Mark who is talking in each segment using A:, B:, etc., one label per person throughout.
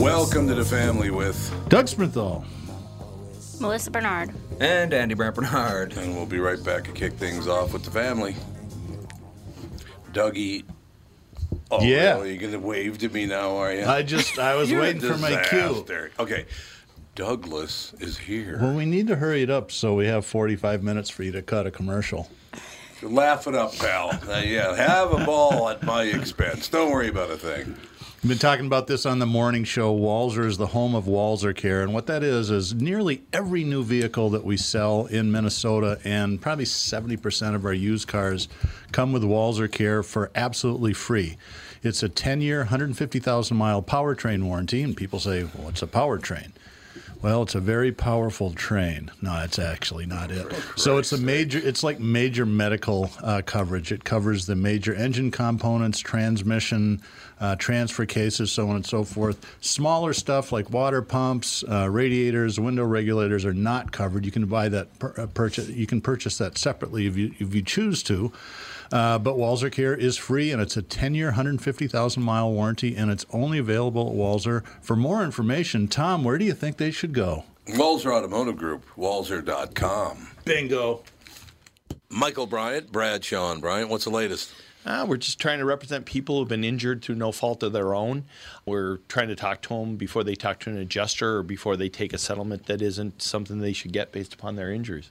A: Welcome to the family with,
B: Doug Sprinthal.
C: Melissa Bernard.
D: And Andy Brant Bernard.
A: and we'll be right back to kick things off with the family. Dougie. Oh,
B: Yeah.
A: really? You're going to wave to me now, are you?
B: I just I was
A: You're a
B: waiting for my cue.
A: disaster. Okay. Douglas is here.
B: Well, we need to hurry it up so we have 45 minutes for you to cut a commercial.
A: Laugh it up, pal. Uh, yeah, have a ball at my expense. Don't worry about a thing.
B: We've been talking about this on the morning show. Walzer is the home of Walzer Care. And what that is, is nearly every new vehicle that we sell in Minnesota and probably 70% of our used cars come with Walzer Care for absolutely free. It's a 10 year, 150,000 mile powertrain warranty. And people say, well, it's a powertrain. Well, it's a very powerful train. No, that's actually not it. So it's a major. It's like major medical uh, coverage. It covers the major engine components, transmission, uh, transfer cases, so on and so forth. Smaller stuff like water pumps, uh, radiators, window regulators are not covered. You can buy that per- uh, purchase. You can purchase that separately if you if you choose to. Uh, but Walzer Care is free and it's a 10 year, 150,000 mile warranty and it's only available at Walzer. For more information, Tom, where do you think they should go?
A: Walzer Automotive Group, walzer.com.
B: Bingo.
A: Michael Bryant, Brad Sean Bryant, what's the latest?
E: Ah, we're just trying to represent people who've been injured through no fault of their own. We're trying to talk to them before they talk to an adjuster or before they take a settlement that isn't something they should get based upon their injuries.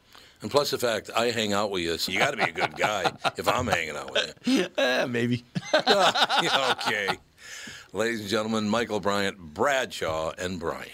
A: And plus the fact I hang out with you, so you got to be a good guy if I'm hanging out with you.
E: Eh, maybe.
A: Yeah, okay. Ladies and gentlemen, Michael Bryant, Bradshaw, and Bryant.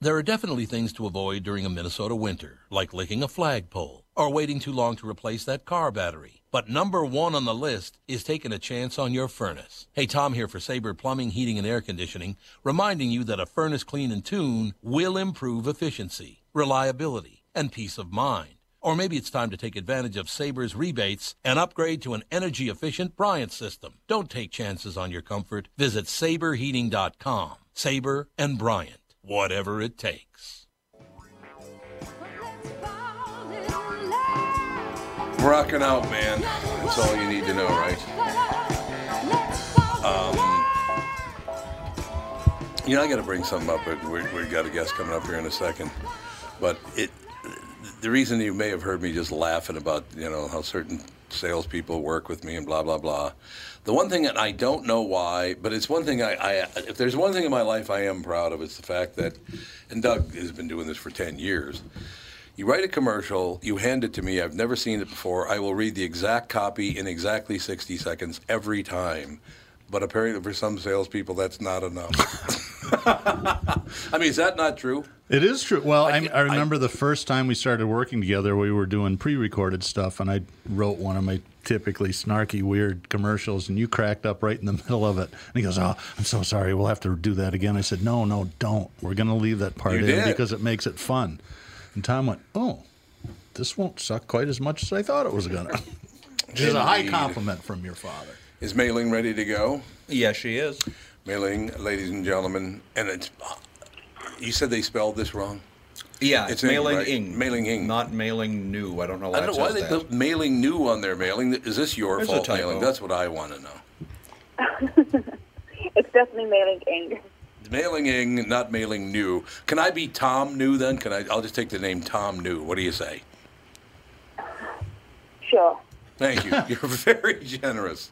F: There are definitely things to avoid during a Minnesota winter, like licking a flagpole or waiting too long to replace that car battery. But number one on the list is taking a chance on your furnace. Hey, Tom here for Sabre Plumbing, Heating, and Air Conditioning, reminding you that a furnace clean and tune will improve efficiency, reliability, and peace of mind. Or maybe it's time to take advantage of Sabre's rebates and upgrade to an energy efficient Bryant system. Don't take chances on your comfort. Visit saberheating.com. Sabre and Bryant, whatever it takes.
A: Rocking out, man. That's all you need to know, right? Um, You know, I got to bring something up. but We're, we've got a guest coming up here in a second. But it, the reason you may have heard me just laughing about, you know, how certain salespeople work with me and blah, blah, blah. The one thing that I don't know why, but it's one thing I, I if there's one thing in my life I am proud of, it's the fact that, and Doug has been doing this for 10 years. You write a commercial, you hand it to me, I've never seen it before. I will read the exact copy in exactly 60 seconds every time. But apparently, for some salespeople, that's not enough. I mean, is that not true?
B: It is true. Well, I,
E: I-
B: I remember the first time we started working together, we were doing pre-recorded stuff, and I wrote one of my typically snarky, weird commercials, and you cracked up right in the middle of it. And he goes, "Oh, I'm so sorry. We'll have to do that again." I said, "No, no, don't. We're going to leave that part
A: You
B: in
A: did.
B: because it makes it fun." And Tom went, "Oh, this won't suck quite as much as I thought it was going to." Which is a high
A: Indeed.
B: compliment from your father.
A: Is Mei Ling ready to go?
D: Yeah, she is.
A: Mei Ling, ladies and gentlemen, and it's. You said they spelled this wrong.
D: Yeah,
A: It's
D: it's
A: Ing,
D: mailing
A: right?
D: ing.
A: Mailing ing.
D: Not mailing new. I don't know why
A: I don't
D: it
A: know why
D: says
A: they
D: that.
A: put mailing new on their mailing. Is this your
D: There's a
A: fault,
D: typo.
A: mailing? That's what I want to know.
G: It's definitely mailing ink.
A: Mailing ing, not mailing new. Can I be Tom New then? Can I? I'll just take the name Tom New. What do you say?
G: Sure.
A: Thank you. You're very generous.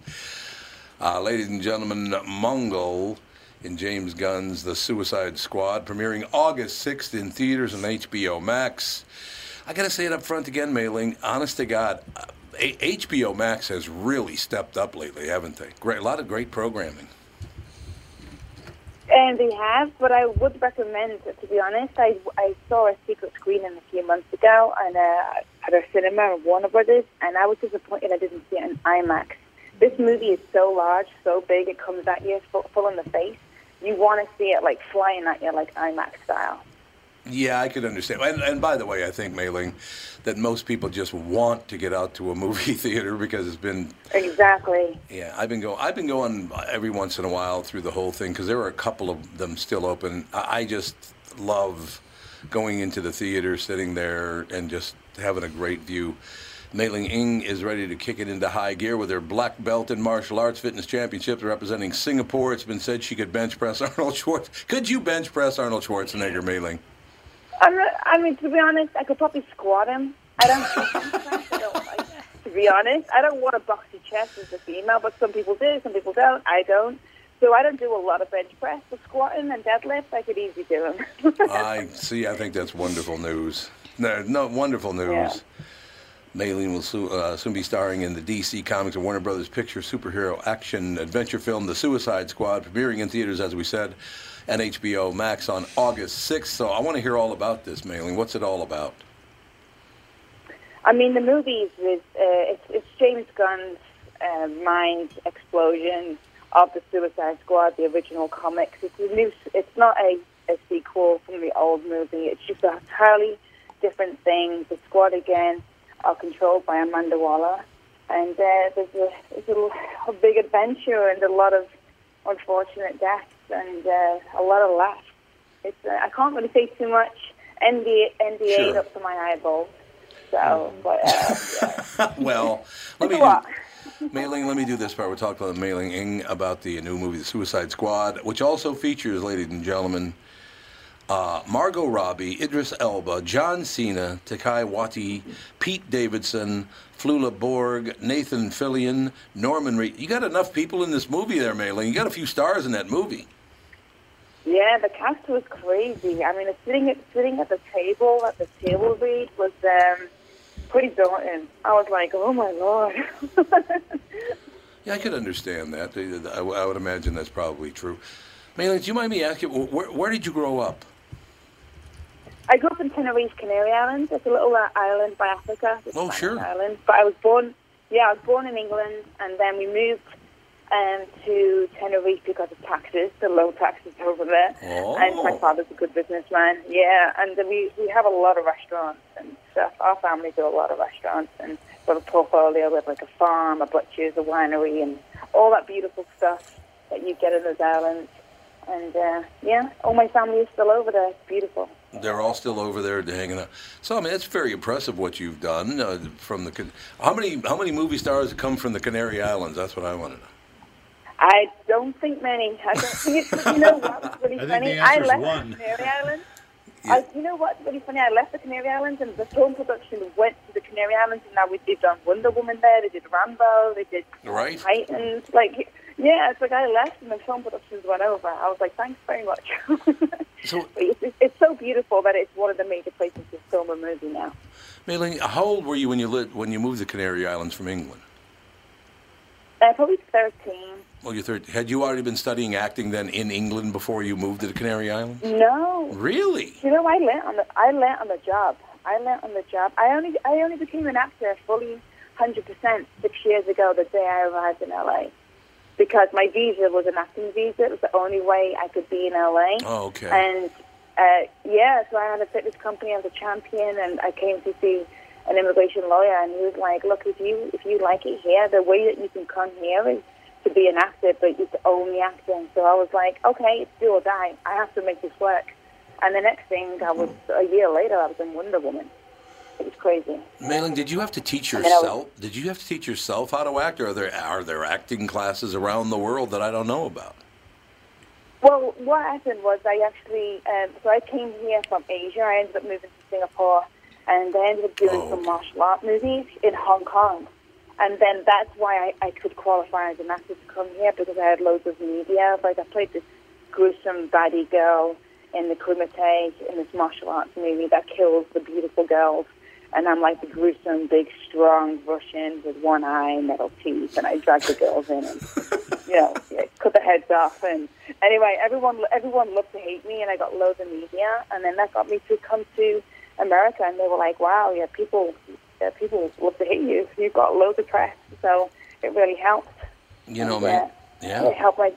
A: Uh, ladies and gentlemen, Mongol in James Gunn's The Suicide Squad, premiering August 6th in theaters and HBO Max. I got to say it up front again, Mailing. Honest to God, uh, A- HBO Max has really stepped up lately, haven't they? Great, a lot of great programming.
G: And they have, but I would recommend, to be honest, I, I saw a secret screening a few months ago and, uh, at a cinema in Warner Brothers, and I was disappointed I didn't see it in IMAX. This movie is so large, so big, it comes at you full, full in the face. You want to see it like flying at you, like IMAX style.
A: Yeah, I could understand. And, and by the way, I think, Mailing, that most people just want to get out to a movie theater because it's been
G: Exactly.
A: Yeah, I've been going. I've been going every once in a while through the whole thing because there are a couple of them still open. I, I just love going into the theater, sitting there, and just having a great view. Mailing Ing is ready to kick it into high gear with her black belt in martial arts fitness championships representing Singapore. It's been said she could bench press Arnold Schwartz. Could you bench press Arnold Schwarzenegger, Mailing?
G: I'm not, I mean, to be honest, I could probably squat him. I don't. I don't like, to be honest, I don't want a boxy chest as a female, but some people do, some people don't. I don't. So I don't do a lot of bench press, but squatting and deadlifts, I could easily do them.
A: I see. I think that's wonderful news. No, no, wonderful news.
G: Yeah.
A: Maylene will soo- uh, soon be starring in the DC Comics and Warner Brothers picture superhero action adventure film The Suicide Squad, premiering in theaters, as we said, and HBO Max on August 6th. So I want to hear all about this, Maylene. What's it all about?
G: I mean, the movies with uh, it's, it's James Gunn's uh, mind explosion of the Suicide Squad, the original comics. It's a new. It's not a, a sequel from the old movie. It's just a entirely different thing. The squad again are controlled by Amanda Waller, and uh, there's a there's a, l- a big adventure and a lot of unfortunate deaths and uh, a lot of laughs. It's uh, I can't really say too much. NDA NDA
A: Sure.
G: up to my eyeballs. So, but uh,
A: well, let me.
G: It's a lot.
A: Do, Mailing, let me do this part. We're talking about Mailing Ing about the new movie, The Suicide Squad, which also features, ladies and gentlemen, uh, Margot Robbie, Idris Elba, John Cena, Takai Wati, Pete Davidson, Flula Borg, Nathan Fillion, Norman Reed. You got enough people in this movie there, Mailing. You got a few stars in that movie.
G: yeah, the cast was crazy. I mean, sitting at sitting at the table at the table read was um, pretty daunting. I was like, oh my lord.
A: Yeah, I could understand that. I, I would imagine that's probably true. Mailing, do you mind me asking, where, where did you grow up?
G: I grew up in Tenerife, Canary Islands. It's a little uh, island by Africa. It's
A: Oh,
G: Spanish
A: sure.
G: Island. But I was born, yeah, I was born in England, and then we moved um, to Tenerife because of taxes, the low taxes over there.
A: Oh.
G: And my father's a good businessman, yeah. And then we, we have a lot of restaurants and stuff. Our family do a lot of restaurants, and we've got a portfolio. We have like a farm, a butcher's, a winery, and all that beautiful stuff that you get in those islands. And uh, yeah, all my family is still over there. It's beautiful.
A: They're all still over there hanging out. So I mean, that's very impressive what you've done uh, from the. Can- How many how many movie stars have come from the Canary Islands? That's what I want to know.
G: I don't think many. I don't think it's, you know what was really
B: I think
G: funny?
B: the
G: I
B: answer's
G: left
B: one.
G: the Canary Islands. I, you know what's really funny? I left the Canary Islands and the film production went to the Canary Islands and now we, they've done Wonder Woman there, they did Rambo, they did
A: Right.
G: Titans. Like, yeah, it's like I left and the film productions went over. I was like, thanks very much.
A: So-
G: But it's, it's, it's so beautiful that it's one of the major places to film a movie now.
A: Mailing, how old were you when you lit when you moved to Canary Islands from England?
G: Uh, Uh, probably 13.
A: Well, you're 13. Had you already been studying acting then in England before you moved to the Canary Islands?
G: No.
A: Really?
G: You know, I learnt on the I learnt on the job. I learnt on the job. I only I only became an actor fully, hundred percent six years ago. The day I arrived in LA, because my visa was an acting visa. It was the only way I could be in LA.
A: Oh, okay.
G: And uh, yeah, so I had a fitness company. I was a champion, and I came to see an immigration lawyer, and he was like, "Look, if you if you like it here, the way that you can come here is to be an actor, but you have to own the acting." So I was like, "Okay, it's do or die. I have to make this work." And the next thing, I was
A: Hmm.
G: a year later, I was in Wonder Woman. It was crazy.
A: Mailing, did you have to teach
G: mean, I was-
A: yourself? Did you have to teach yourself how to act, or are there are there acting classes around the world that I don't know about?
G: Well, what happened was I actually, um, so I came here from Asia. I ended up moving to Singapore, and I ended up doing some martial art movies in Hong Kong. And then that's why I, I could qualify as an actor to come here because I had loads of media. Like I played this gruesome baddie girl in the Kumite in this martial arts movie that kills the beautiful girls. And I'm like the gruesome, big, strong Russian with one eye, metal teeth, and I drag the girls in and you know, yeah, cut the heads off. And anyway, everyone everyone loved to hate me, and I got loads of media, and then that got me to come to America, and they were like, "Wow, yeah, people, yeah, people love to hate you. You've got loads of press, so it really helped.
A: You know,
G: yeah,
A: man. Yeah.
G: it helped my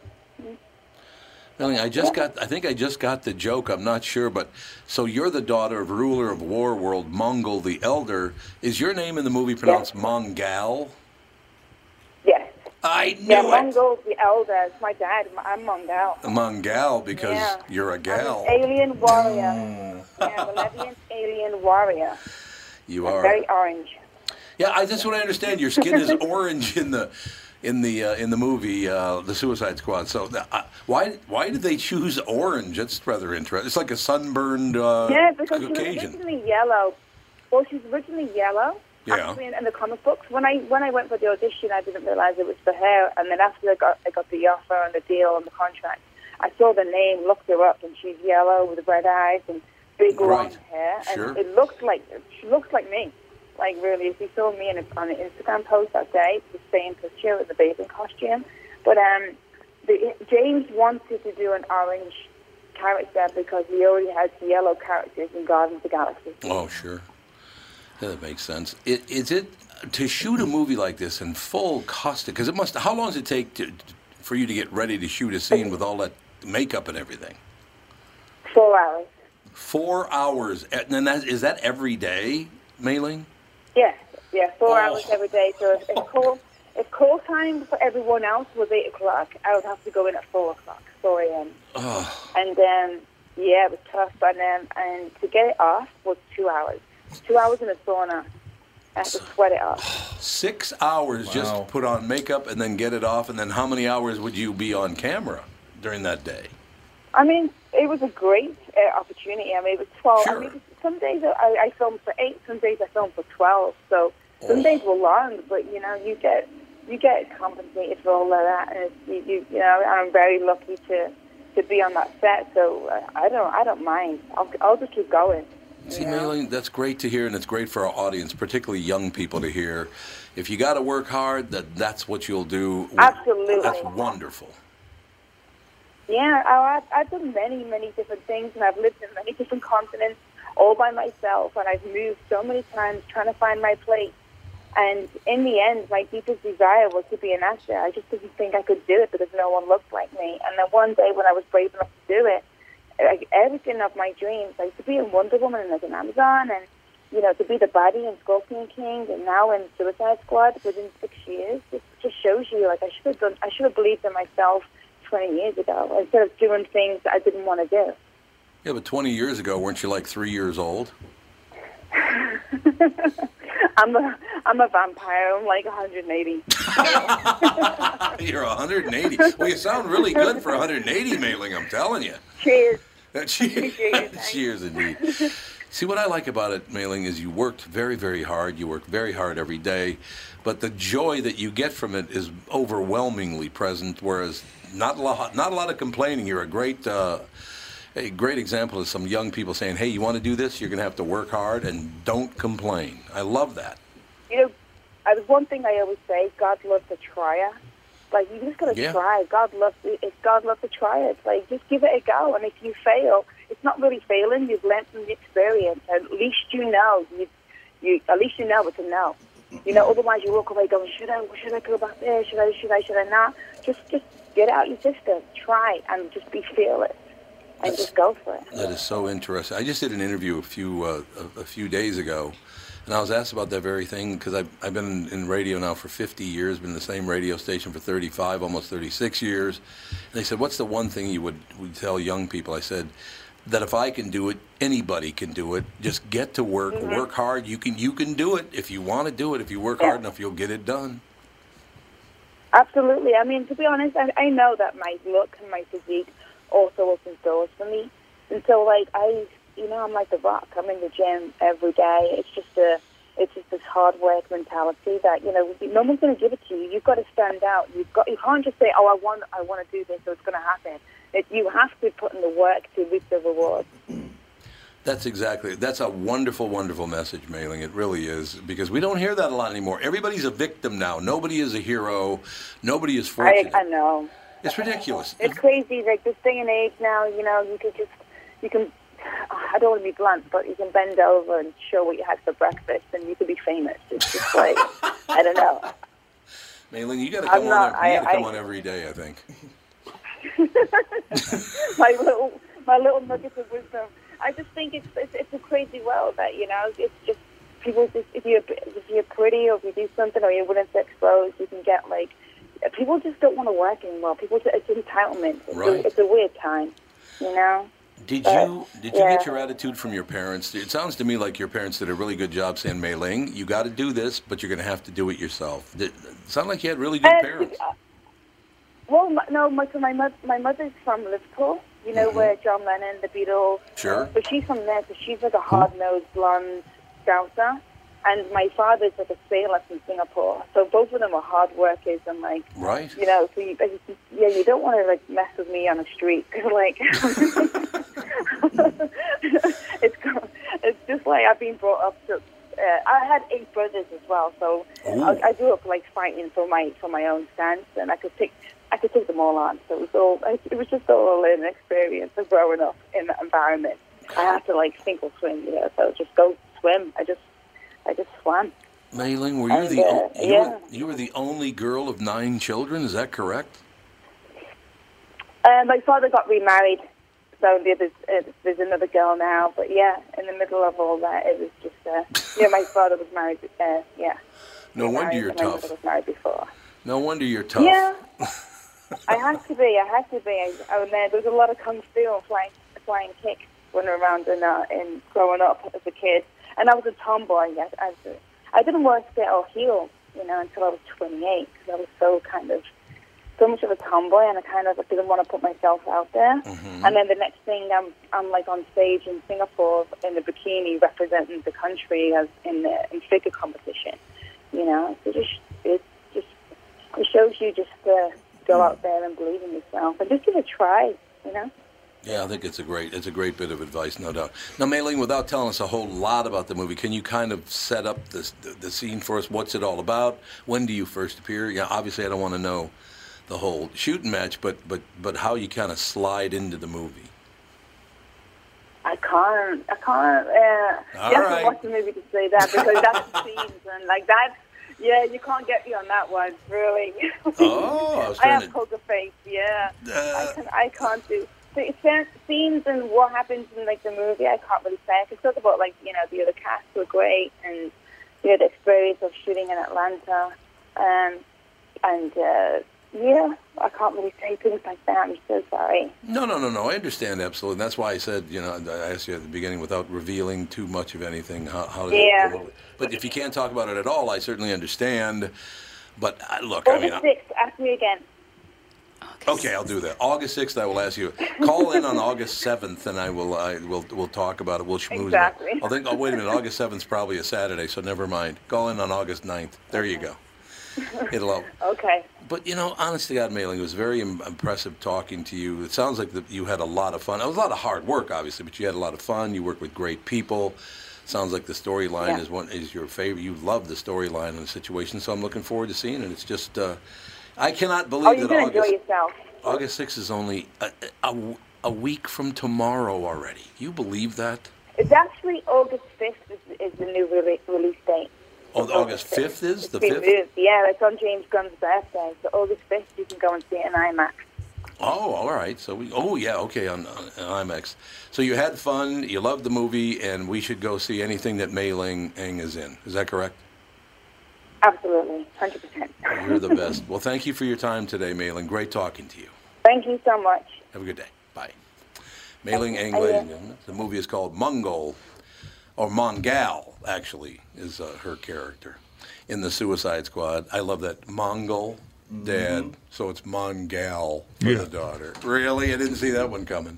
A: Melanie, I just got. I think I just got the joke. I'm not sure, but so you're the daughter of ruler of war world Mongol the Elder. Is your name in the movie pronounced Mongal?
G: yes.
A: I
G: Yeah,
A: knew it.
G: Mongol, the elders, my dad, I'm Mongol.
A: Mongal because
G: Yeah.
A: you're a
G: I'm
A: gal.
G: an alien warrior. yeah, Malevian alien warrior.
A: you are.
G: Very orange.
A: Yeah, I, that's what I understand. Your skin is orange in the in the uh, in the movie uh, The Suicide Squad. So uh, why why did they choose orange? That's rather interesting. It's like a sunburned uh,
G: yeah, because she was
A: Caucasian.
G: originally yellow. Well, she's originally yellow.
A: Yeah.
G: Actually, in, in the comic books, when I when I went for the audition, I didn't realize it was for her. And then after I got I got the offer and the deal and the contract, I saw the name, looked her up, and she's yellow with red eyes and big long
A: Right.
G: hair, and
A: Sure.
G: it looked like she looked like me. Like really, if you saw me in a, on an Instagram post that day, it's the same picture with the bathing costume. But um, the, James wanted to do an orange character because he already had the yellow characters in Guardians of the Galaxy.
A: Oh, sure. Yeah, that makes sense. I- Is it to shoot a movie like this in full costume? Because it must. How long does it take to, for you to get ready to shoot a scene with all that makeup and everything?
G: Four hours.
A: Four hours, and then that is that every day, mailing.
G: Yeah, yeah, four
A: Oh.
G: hours every day. So if, if call if call time for everyone else was eight o'clock, I would have to go in at four o'clock, four a.m. And um, yeah, it was tough. And um, and to get it off was two hours. Two hours in a sauna. I had to sweat it off.
A: Six hours just to
D: Wow.
A: put on makeup and then get it off, and then how many hours would you be on camera during that day?
G: I mean, it was a great uh, opportunity. I mean, it was twelve.
A: Sure.
G: I mean, some days I, I filmed for eight, some days I filmed for twelve. So some days were long, but you know, you get you get compensated for all of that, and it's, you, you you know, I'm very lucky to to be on that set. So uh, I don't I don't mind. I'll I'll just keep going.
A: See, Maylene, that's great to hear, and it's great for our audience, particularly young people, to hear. If you got to work hard, that that's what you'll do.
G: Absolutely.
A: that's wonderful.
G: Yeah, oh, I, I've, I've done many, many different things, and I've lived in many different continents all by myself, and I've moved so many times trying to find my place. And in the end, my deepest desire was to be an actor. I just didn't think I could do it because no one looked like me. And then one day, when I was brave enough to do it, like everything of my dreams, like to be in Wonder Woman and as an Amazon, and you know, to be the body in Scorpion King, and now in Suicide Squad within six years, it just shows you like I should have done. I should have believed in myself 20 years ago instead of doing things that I didn't want to do.
A: Yeah, but 20 years ago, weren't you like three years old?
G: I'm a I'm a vampire. I'm like 180.
A: You're 180. well, you sound really good for 180, Mailing. I'm telling you.
G: Cheers.
A: Cheers.
G: you, thanks.
A: Cheers, indeed. See, what I like about it, Mailing, is you worked very, very hard. You work very hard every day, but the joy that you get from it is overwhelmingly present. Whereas, not a lot, not a lot of complaining. You're a great. Uh, a great example is some young people saying, "Hey, you want to do this? You're going to have to work hard and don't complain." I love that.
G: You know, I, there's one thing I always say: God loves a trier. Like you just gotta
A: Yeah.
G: try. God loves if God loves to try it. Like just give it a go, and if you fail, it's not really failing. You've learned from the experience. At least you know. You, you at least you know it's a no. You know, otherwise you walk away going, should I? Should I go back there? Should I? Should I? Should I not? Just just get it out your system. Try and just be fearless, and just go for it.
A: That is so interesting. I just did an interview a few uh, a, a few days ago, and I was asked about that very thing because I've, I've been in radio now for 50 years, been in the same radio station for 35, almost 36 years. And they said, "What's the one thing you would, would tell young people?" I said, "That if I can do it, anybody can do it. Just get to work, work hard. You can you can do it if you want to do it. If you work hard enough, you'll get it done."
G: Absolutely. I mean, to be honest, I, I know that my look and my physique also opens doors for me. And so, like, I, you know, I'm like the rock. I'm in the gym every day. It's just a, it's just this hard work mentality that you know no one's going to give it to you. You've got to stand out. You've got, you can't just say, oh, I want, I want to do this, so it's going to happen. It, you have to put in the work to reap the reward.
A: That's exactly. That's a wonderful, wonderful message, mailing. It really is because we don't hear that a lot anymore. Everybody's a victim now. Nobody is a hero. Nobody is
G: I,
A: fortunate.
G: I know.
A: it's ridiculous.
G: It's crazy, like this thing and age now. You know, you could just, you can. I don't want to be blunt, but you can bend over and show what you had for breakfast, and you could be famous. It's just like I don't know.
A: Mailing, you got to
G: I'm
A: come
G: not-
A: on. ev- you
G: I-
A: gotta come
G: I-
A: on every day. I think.
G: my little my little nuggets of wisdom. I just think it's it's, it's a crazy world that you know. It's just people just if you're if you're pretty or if you do something or you're willing to expose, you can get like people just don't want to work anymore. People just, it's entitlement. It's,
A: Right.
G: a, it's a weird time, you know.
A: Did
G: Uh,
A: you did you
G: yeah.
A: get your attitude from your parents? It sounds to me like your parents did a really good job saying, Mailing, you got to do this, but you're going to have to do it yourself. Did, sound like you had really good
G: Uh,
A: parents.
G: uh, Well, my, no, my so my, mo- my mother's from Liverpool. You know where John Lennon, the Beatles.
A: Sure.
G: But she's from there, so she's like a hard-nosed blonde scouser, and my father's like a sailor from Singapore. So both of them are hard workers and like.
A: Right.
G: You know, so you, yeah, you don't want to like mess with me on the street 'cause, like it's co- it's just like I've been brought up to. Uh, I had eight brothers as well, so
A: Ooh.
G: I, I grew up like fighting for my for my own stance, and I could take I could take them all on. So it was all it was just all a learning experience of growing up in that environment. I had to like sink or swim, you know. So just go swim. I just I just swam.
A: Mailing, were you
G: And,
A: the o-
G: uh,
A: you,
G: yeah.
A: were, you were the only girl of nine children? Is that correct?
G: Uh, my father got remarried, so the other, uh, there's another girl now. But yeah, in the middle of all that, it was just uh, yeah. My father was married. Uh, yeah.
A: No wonder
G: married,
A: you're
G: and My
A: tough.
G: mother was married before.
A: No wonder you're tough.
G: Yeah. I had to be. I had to be. I, I was there. There was a lot of kung fu and flying, flying kicks when around and uh, and growing up as a kid. And I was a tomboy. Yes, I, was- I didn't want to get all heel, you know, until I was 28 because I was so kind of so much of a tomboy, and I kind of didn't want to put myself out there. And then the next thing, I'm I'm like on stage in Singapore in the bikini, representing the country as in the in figure competition. You know, it just it just it shows you just to go out there and believe in yourself and just give it a try, you know?
A: Yeah, I think it's a great it's a great bit of advice, no doubt. Now, Mailing, without telling us a whole lot about the movie, can you kind of set up this, the, the scene for us? What's it all about? When do you first appear? Yeah, obviously, I don't want to know the whole shooting match, but but but how you kind of slide into the movie.
G: I can't, I can't, uh,
A: All
G: you have
A: right.
G: to watch the movie to say that because that's the scenes and like that, yeah, you can't get me on that one, really.
A: Oh, I was
G: I
A: trying
G: have
A: to.
G: poker face, yeah.
A: Uh.
G: I, can, I can't do the scen- scenes and what happens in like the movie. I can't really say. I could talk about like you know the other cast were great and you know the experience of shooting in Atlanta, um, and uh, yeah, I can't really say things like that. I'm so sorry.
A: No, no, no, no. I understand absolutely. That's why I said, you know, I asked you at the beginning without revealing too much of anything. How, how did
G: Yeah.
A: it, but if you can't talk about it at all, I certainly understand. But I, look, I mean,
G: August
A: I-
G: sixth, ask me again.
A: Okay, I'll do that. August sixth, I will ask you. Call in on August seventh, and I will. I will. We'll talk about it. We'll schmooze.
G: Exactly.
A: It. I think. Oh, wait a minute. August seventh is probably a Saturday, so never mind. Call in on August 9th. There you go. It'll. all-
G: Okay.
A: But you know, honest to God, Mailing, it was very im- impressive talking to you. It sounds like that you had a lot of fun. It was a lot of hard work, obviously, but you had a lot of fun. You worked with great people. Sounds like the storyline
G: Yeah.
A: is one is your favorite. You love the storyline and the situation, so I'm looking forward to seeing it. It's just. Uh, I cannot believe
G: Oh, you're
A: that
G: going to
A: August,
G: enjoy yourself.
A: August 6th is only a, a, a week from tomorrow already. You believe that?
G: It's actually August 5th is, is the new rele release date.
A: Oh, August 5th is?
G: It's
A: The
G: been
A: 5th?
G: moved. Yeah, it's on James Gunn's birthday. So August 5th, you can go and see it in IMAX.
A: Oh, all right. So we. Oh, yeah. Okay. On, on IMAX. So you had fun. You loved the movie, and we should go see anything that Mei Ling Eng is in. Is that correct?
G: Absolutely, 100%.
A: You're the best. well, thank you for your time today, Mei Ling. Great talking to you.
G: Thank you so much.
A: Have a good day. Bye. Mei Ling Eng.
G: Bye.
D: Oh,
A: ladies and gentlemen. The movie is called Mongol, or Mongal. Actually, is uh, her character in the Suicide Squad. I love that Mongol dad.
D: Mm-hmm.
A: So it's Mongal for
B: Yeah.
A: the daughter. Really, I didn't see that one coming.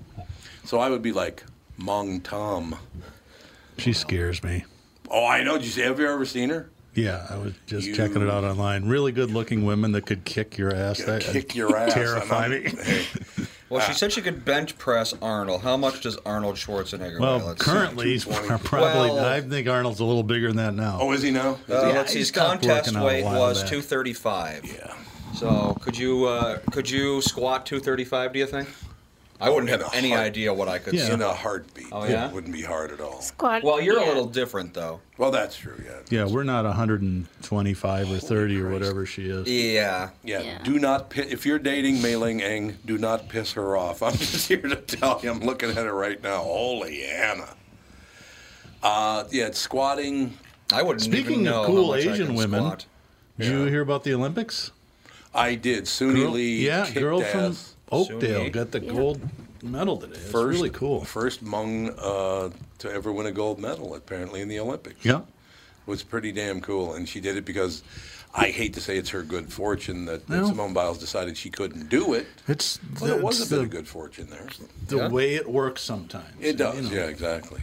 A: So I would be like Mong Tom.
B: She scares me.
A: Oh, I know. Did you see, have you ever seen her?
B: Yeah, I was just
A: You-
B: checking it out online. Really good-looking women that could kick your ass. That
A: Kick your ass.
B: terrify
A: I know.
B: me.
D: Well,
A: Ah.
D: she said she could bench press Arnold. How much does Arnold Schwarzenegger weigh?
B: Well,
D: Let's see.
B: currently he's
A: 220.
B: probably.
D: Well-
B: I think Arnold's a little bigger than that now.
A: Oh, is he now? Is
D: Uh,
A: he-
D: let's see,
B: he
D: his
B: stopped
D: contest
B: working out a
D: weight
B: while
D: was
B: back.
D: 235.
A: Yeah.
D: So could you uh, could you squat 235? Do you think? I wouldn't
A: in
D: have
A: a
D: any
A: heart-
D: idea what I could.
B: Yeah.
D: Yeah.
A: In a heartbeat.
D: Oh, yeah?
A: It wouldn't be hard at all.
C: Squad.
D: Well, you're
C: yeah.
D: a little different though.
A: Well, that's true. Yeah.
B: Yeah, we're not 125 or 30 or whatever she is.
D: Yeah.
A: Yeah,
C: Yeah.
A: do not piss. If you're dating Mei Ling Eng, do not piss her off. I'm just here to tell you. I'm looking at her right now. Holy Anna. Uh, yeah, it's squatting.
D: I wouldn't even
B: Speaking
D: know
B: of
D: how
B: cool
D: much I
B: Asian
D: can
B: women,
D: squat.
B: did you hear about the Olympics?
A: I did. Suni
B: Girl-
A: Lee.
B: yeah,
A: kicked
B: girl from
A: ass.
B: Oakdale
D: Suni.
B: got the gold medal today. It's
A: First-
B: really cool.
A: First Hmong uh, to ever win a gold medal, apparently, in the Olympics.
B: Yeah.
A: was pretty damn cool, and she did it because I hate to say it's her good fortune that, that
B: No.
A: Simone Biles decided she couldn't do it.
B: It's
A: But it was a
B: it's
A: bit
B: the,
A: of good fortune there.
B: the way it works sometimes.
A: It
B: And,
A: does,
B: you know,
A: yeah, exactly.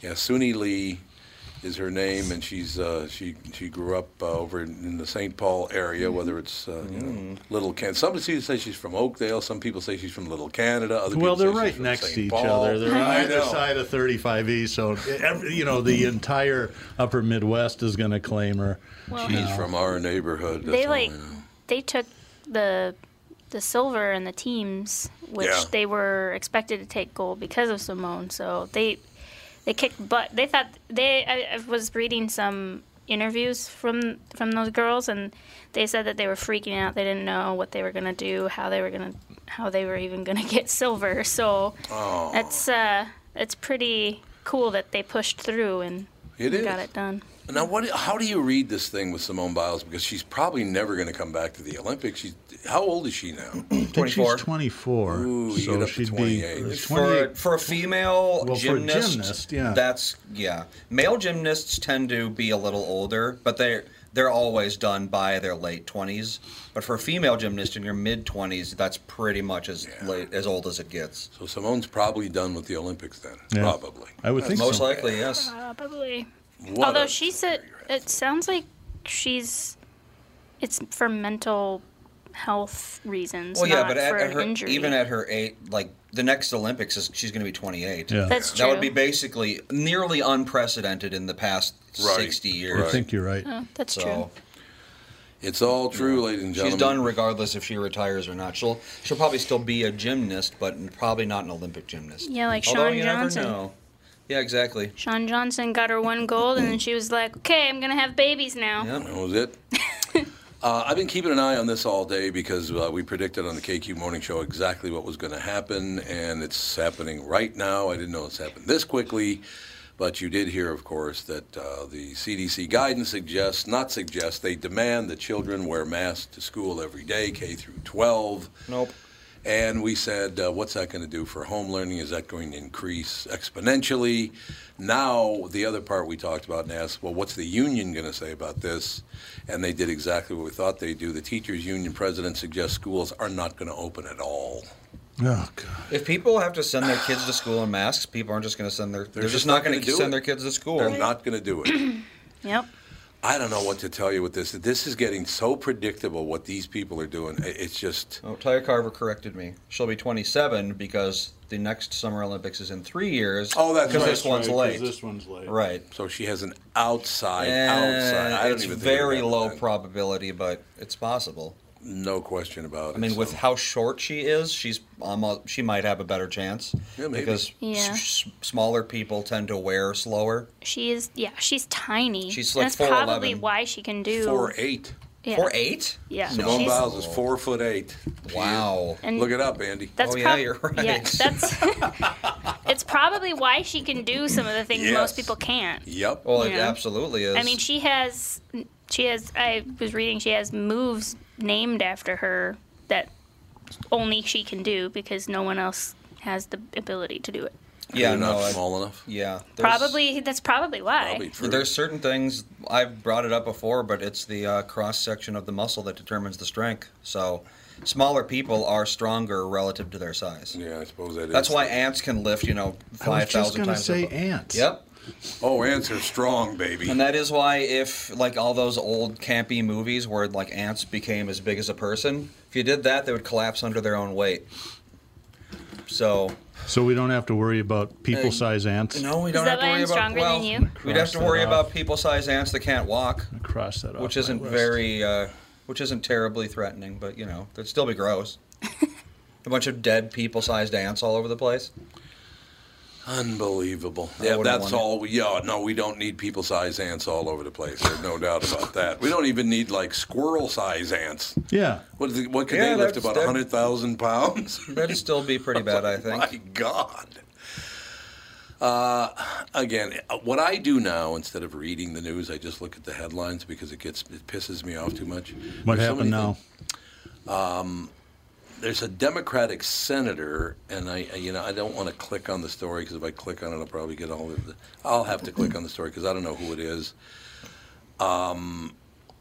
A: Yeah, Suni Lee is her name, and she's uh, she she grew up uh, over in, in the St. Paul area.
B: Mm-hmm.
A: Whether it's uh, you know, Little Canada, some people say she's from Oakdale. Some people say she's from Little Canada. Other
B: Well,
A: people
B: they're
A: say she's
B: right
A: from
B: next
A: St.
B: to each
A: Paul.
B: other. They're on
A: I
B: either
A: know.
B: side of 35E, so every, you know the entire Upper Midwest is going to claim her.
C: Well,
A: She's from our neighborhood. that's
C: they
A: all
C: like
A: I know.
C: they took the the silver and the teams, which
A: Yeah.
C: they were expected to take gold because of Simone. So they they kicked butt. They thought they. I, I was reading some interviews from from those girls, and they said that they were freaking out. They didn't know what they were gonna do, how they were gonna, how they were even gonna get silver. So that's uh, it's pretty cool that they pushed through and
A: It
C: and got
A: is.
C: it done.
A: Now, what? How do you read this thing with Simone Biles? Because she's probably never going to come back to the Olympics. She's how old is she now?
B: I think
D: 24.
B: she's 24,
A: Ooh, you get
B: so
A: up to
B: she'd be
A: 28.
B: or
D: For
B: 28.
D: a, for a female
B: Well, for a
D: gymnast,
B: gymnast, yeah.
D: that's yeah. Male gymnasts tend to be a little older, but they they're always done by their late twenties. But for a female gymnast in your mid twenties, that's pretty much as late as old as it gets.
A: So Simone's probably done with the Olympics then.
B: Yeah.
A: Probably.
B: I would think
D: Most
B: so.
D: likely, yes.
C: Uh, Probably.
A: What
C: Although
A: a
C: she said,
A: regret.
C: it sounds like she's, it's for mental health reasons.
D: Well, yeah,
C: not
D: but at,
C: for
D: at
C: an
D: her,
C: injury.
D: even at her eight, like the next Olympics is she's going to be 28.
B: Yeah.
C: that's
D: That
C: true.
D: would be basically nearly unprecedented in the past
A: Right,
D: 60 years.
B: I think you're right.
C: that's
D: So
C: true.
A: It's all true, ladies and
D: she's
A: gentlemen.
D: done regardless if she retires or not. She'll she'll probably still be a gymnast, but probably not an Olympic gymnast.
C: Yeah, like
D: Although
C: Shawn
D: you
C: Johnson.
D: Never know. Yeah, exactly.
C: Sean Johnson got her one gold, and then she was like, "Okay, I'm gonna have babies now."
D: Yeah.
A: That was it. uh, I've been keeping an eye on this all day because uh, we predicted on the KQ Morning Show exactly what was going to happen, and it's happening right now. I didn't know it's happened this quickly, but you did hear, of course, that uh, the CDC guidance suggests, not suggests, they demand that children wear masks to school every day, K through 12.
D: Nope.
A: And we said, uh, what's that going to do for home learning? Is that going to increase exponentially? Now, the other part we talked about and asked, well, what's the union going to say about this? And they did exactly what we thought they'd do. The teachers' union president suggests schools are not going to open at all.
B: Oh god.
D: If people have to send their kids to school in masks, people aren't just going to send their. They're, just, not going
A: do
D: to send
A: it.
D: their kids to school.
A: They're not going to do it.
C: Yep.
A: I don't know what to tell you with this. This is getting so predictable what these people are doing. I- It's just,
D: Oh, Tyre Carver corrected me. She'll be 27 because the next Summer Olympics is in three years.
A: Oh, that's
D: because
A: right,
D: this one's late.
B: This one's late.
D: Right.
A: so she has an outside,
D: Eh,
A: outside. I don't
D: it's
A: even think it
D: very
A: would
D: low
A: happen.
D: probability, but it's possible.
A: No question about it.
D: I mean, with
A: so.
D: how short she is, she's almost she might have a better chance.
A: Yeah, maybe.
D: Because
C: Yeah.
D: s- s- smaller people tend to wear slower.
C: She is, yeah, she's tiny.
D: She's like
C: That's probably
D: 4'11".
C: why she can do.
A: four eight.
C: yeah.
D: Four eight?
C: Yeah.
D: No.
A: Simone
C: She's-
A: Biles is four foot eight.
D: Wow.
C: And
A: Look it up, Andy.
C: That's
D: Oh, yeah,
C: prob-
D: you're right.
C: Yeah, that's. it's probably why she can do some of the things
A: Yes.
C: most people can't.
A: Yep.
D: Well, it
C: Yeah.
D: absolutely is.
C: I mean, she has, she has. I was reading she has moves named after her that only she can do because no one else has the ability to do it.
D: yeah,
A: You're
D: no,
A: not
D: I-
A: small enough.
D: yeah. there's-
C: Probably that's probably why.
A: Probably true.
D: There's certain things I've brought it up before, but it's the uh, cross section of the muscle that determines the strength. So, smaller people are stronger relative to their size.
A: yeah, I suppose that is.
D: That's why ants can lift, you know,
B: I was
D: five
B: just
D: thousand
B: going to
D: times.
B: say
D: their bu-
B: ants.
D: Yep.
A: Oh, ants are strong, baby.
D: And that is why, if like all those old campy movies where like ants became as big as a person, if you did that, they would collapse under their own weight. So
B: So we don't have to worry about people size ants.
D: no, we
C: Is
D: don't
C: that
D: have to
C: why
D: worry
C: I'm
D: about.
C: stronger
D: well,
C: than you?
D: we'd have
B: Cross
D: to
B: that
D: worry
B: off.
D: about people-sized ants that can't walk,
B: Cross that off.
D: which
B: my
D: isn't
B: list.
D: very, uh, which isn't terribly threatening, but you know, they'd still be gross. a bunch of dead people-sized ants all over the place.
A: Unbelievable.
D: I
A: Yeah,
D: wouldn't
A: that's
D: want it.
A: all. We, yeah, no, we don't need people size ants all over the place. There's no doubt about that. We don't even need like squirrel size ants.
B: Yeah.
A: What, is it- what can
D: Yeah,
A: they lift?
D: that's-
A: About
D: that-
A: 100,000 pounds?
D: That'd still be pretty bad, I think.
A: My God. Uh, again, what I do now instead of reading the news, I just look at the headlines because it gets it pisses me off too much.
B: What
A: There's so
B: happened
A: many
B: now?
A: things- There's a Democratic senator, and I, I- you know, I don't want to click on the story because if I click on it, I'll probably get all of the. I'll have to click on the story because I don't know who it is. Um,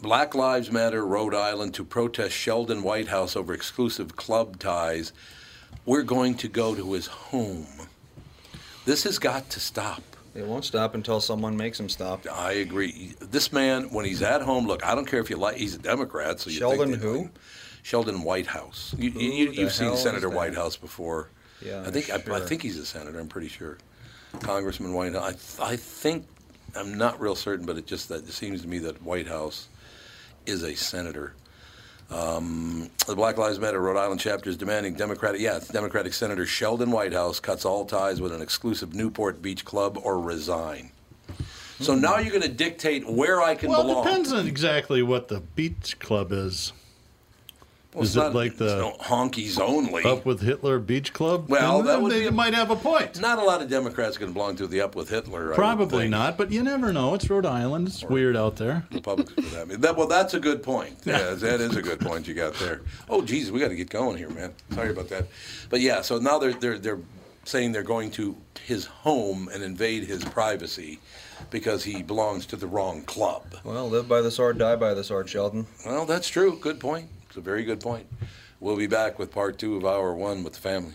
A: Black Lives Matter, Rhode Island, to protest Sheldon White House over exclusive club ties. We're going to go to his home. This has got to stop.
D: They won't stop until someone makes them stop.
A: I agree. This man, when he's at home, look, I don't care if you like, he's a Democrat, so you
D: Sheldon
A: think they
D: who?
A: like him. Sheldon Whitehouse. You,
D: Who
A: you,
D: the
A: you've
D: hell
A: seen
D: is
A: Senator
D: that?
A: Whitehouse before.
D: Yeah,
A: I think I, I
D: sure.
A: think he's a senator. I'm pretty sure. Congressman Whitehouse. I, I think I'm not real certain, but it just that it seems to me that Whitehouse is a senator. The Black Lives Matter Rhode Island chapter is demanding Democratic, yeah, it's Democratic Senator Sheldon Whitehouse cuts all ties with an exclusive Newport Beach club or resign. So now you're going to dictate where I can
B: Hmm. Well, it
A: belong.
B: depends on exactly what the beach club is.
A: Well, it's
B: is it
A: not-
B: like the-
A: it's no honkies only?
B: Up with Hitler Beach Club?
A: Well,
B: And
A: that
B: then
A: would
B: they
A: be a-
B: might have a point.
A: Not a lot of Democrats can belong to the Up with Hitler. I would
B: Probably
A: think.
B: not, but you never know. It's Rhode Island. It's weird out there.
A: Republicans for that. I mean, that- Well, that's a good point. Yeah, that is a good point you got there. Oh, Jesus, we got to get going here, man. Sorry about that. But yeah, so now they're they're they're saying they're going to his home and invade his privacy because he belongs to the wrong club.
D: Well, live by the sword, die by the sword, Sheldon.
A: Well, that's true. Good point. It's a very good point. We'll be back with part two of hour one with the family.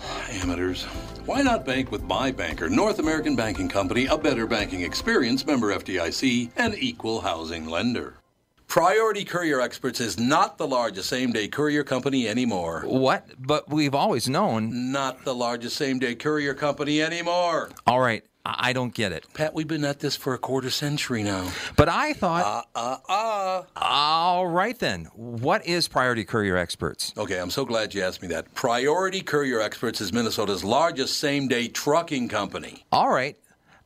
A: Amateurs. Why not bank with my banker, North American Banking Company, a better banking experience, member FDIC, and equal housing lender? Priority Courier Experts is not the largest same day courier company anymore.
H: What? But we've always known.
A: Not the largest same day courier company anymore. Oh,
H: All right, I I don't get it.
A: Pat, we've been at this for a quarter century now.
H: But I thought,
A: Uh uh.
H: all right then, what is Priority Courier Experts?
A: Okay, I'm so glad you asked me that. Priority Courier Experts is Minnesota's largest same day trucking company.
H: All right,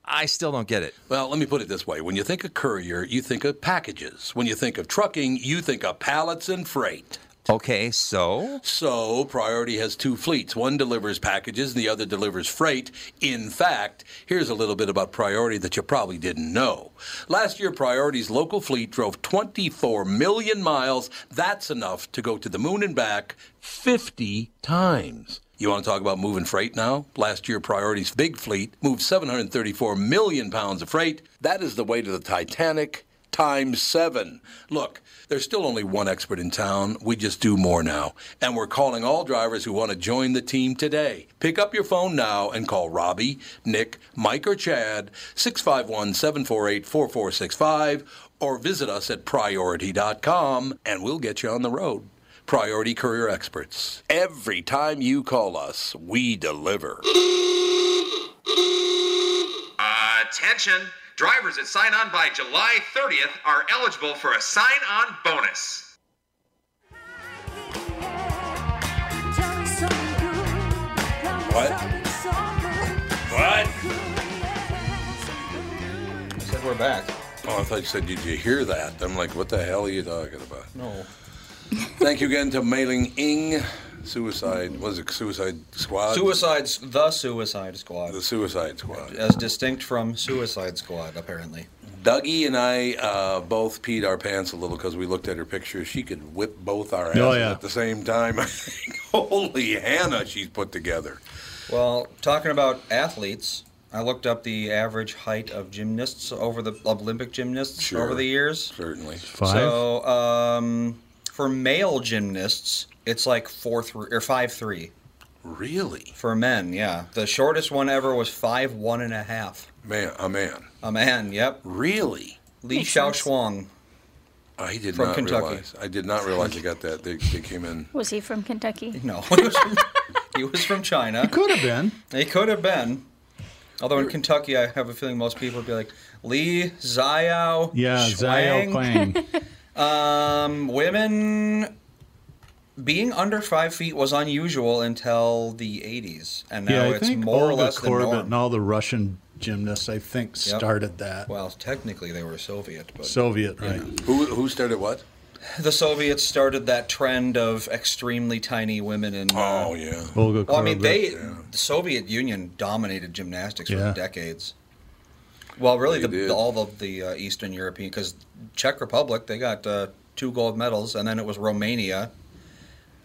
H: I still don't get it.
A: Well, let me put it this way. When you think of courier, you think of packages. When you think of trucking, you think of pallets and freight.
H: Okay, so
A: So Priority has two fleets. One delivers packages and the other delivers freight. In fact, here's a little bit about Priority that you probably didn't know. Last year, Priority's local fleet drove 24 million miles. That's enough to go to the moon and back
F: 50 times.
A: You want to talk about moving freight now? Last year, Priority's big fleet moved 734 million pounds of freight. That is the weight of the Titanic times seven. Look, there's still only one expert in town. We just do more now. And we're calling all drivers who want to join the team today. Pick up your phone now and call Robbie, Nick, Mike, or Chad, 651 748 4465, or visit us at priority.com and we'll get you on the road. Priority Courier Experts. Every time you call us, we deliver.
I: Attention! Drivers that sign on by July 30th are eligible for a sign on bonus.
A: What? What?
D: I said we're back.
A: Oh, I thought you said, did you hear that? I'm like, what the hell are you talking about?
D: No.
A: Thank you again to Mailing Ing, Suicide, was it Suicide Squad?
D: Suicide, Uh, the Suicide Squad.
A: The Suicide Squad.
D: As distinct from Suicide Squad, apparently.
A: Dougie and I uh, both peed our pants a little because we looked at her picture. She could whip both our asses
B: Oh, yeah.
A: at the same time. Holy Hannah, she's put together.
D: Well, talking about athletes, I looked up the average height of gymnasts over the Olympic gymnasts over the years.
A: Certainly.
D: So, um, for male gymnasts, it's like four three or five three.
A: Really?
D: For men, yeah. The shortest one ever was five one and a half.
A: Man, a man.
D: A man. Yep.
A: Really?
D: Li
A: Makes
D: Xiao
A: sense.
D: Shuang.
A: I did
D: From
A: not
D: Kentucky.
A: realize. I did not realize I got that. They, they came in.
C: Was he from Kentucky?
D: No, he was from, he was from China. He
B: could have been.
D: He could have been. Although in Kentucky, I have a feeling most people would be like Lee Zayao.
B: Yeah, Zayao
D: um, women being under five feet was unusual until the 80s, and now
B: yeah, I
D: it's
B: think
D: more
B: Olga
D: or less
B: Korbut
D: the norm.
B: and all the Russian gymnasts, I think,
D: Yep.
B: started that.
D: Well, technically they were Soviet, but
B: Soviet, right?
A: Who, who started what?
D: the Soviets started that trend of extremely tiny women in. Uh,
A: oh yeah.
B: Olga
D: Well, I mean,
B: Korbut.
D: they the Soviet Union dominated gymnastics
B: Yeah.
D: for decades. Well, really,
A: They
D: the,
A: did.
D: the, all of the uh, Eastern European, because Czech Republic they got uh, two gold medals, and then it was Romania.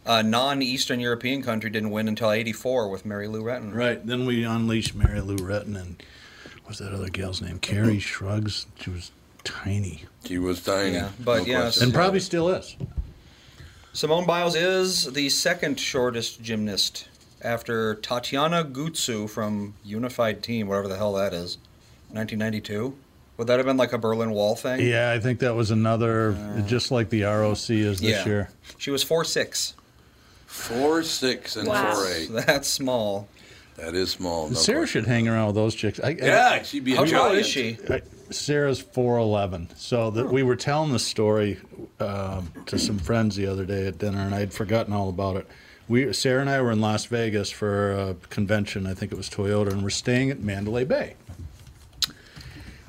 D: A non-Eastern European country didn't win until '84 with Mary Lou Retton.
B: Right. Then we unleashed Mary Lou Retton and what's that other gal's name? Carrie Shrugs. She was tiny.
A: She was tiny.
D: Yeah, but
A: no
D: yeah,
A: question.
B: And probably still is.
D: Simone Biles is the second shortest gymnast after Tatiana Gutsu from Unified Team, whatever the hell that is, 1992. Would that have been like a Berlin Wall thing?
B: Yeah, I think that was another, just like the ROC is this
D: Uh, Yeah.
B: year.
D: She was four six.
A: Four six and four eight.
D: That's small.
A: That is small. No
B: Sarah should hang around with those chicks. I, I-
A: Yeah, she'd be a
D: How tall
A: giant.
D: is she?
B: I- Sarah's 4'11. So that we were telling the story um, to some friends the other day at dinner, and I'd forgotten all about it. We Sarah and I were in Las Vegas for a convention. I think it was Toyota, and we're staying at Mandalay Bay.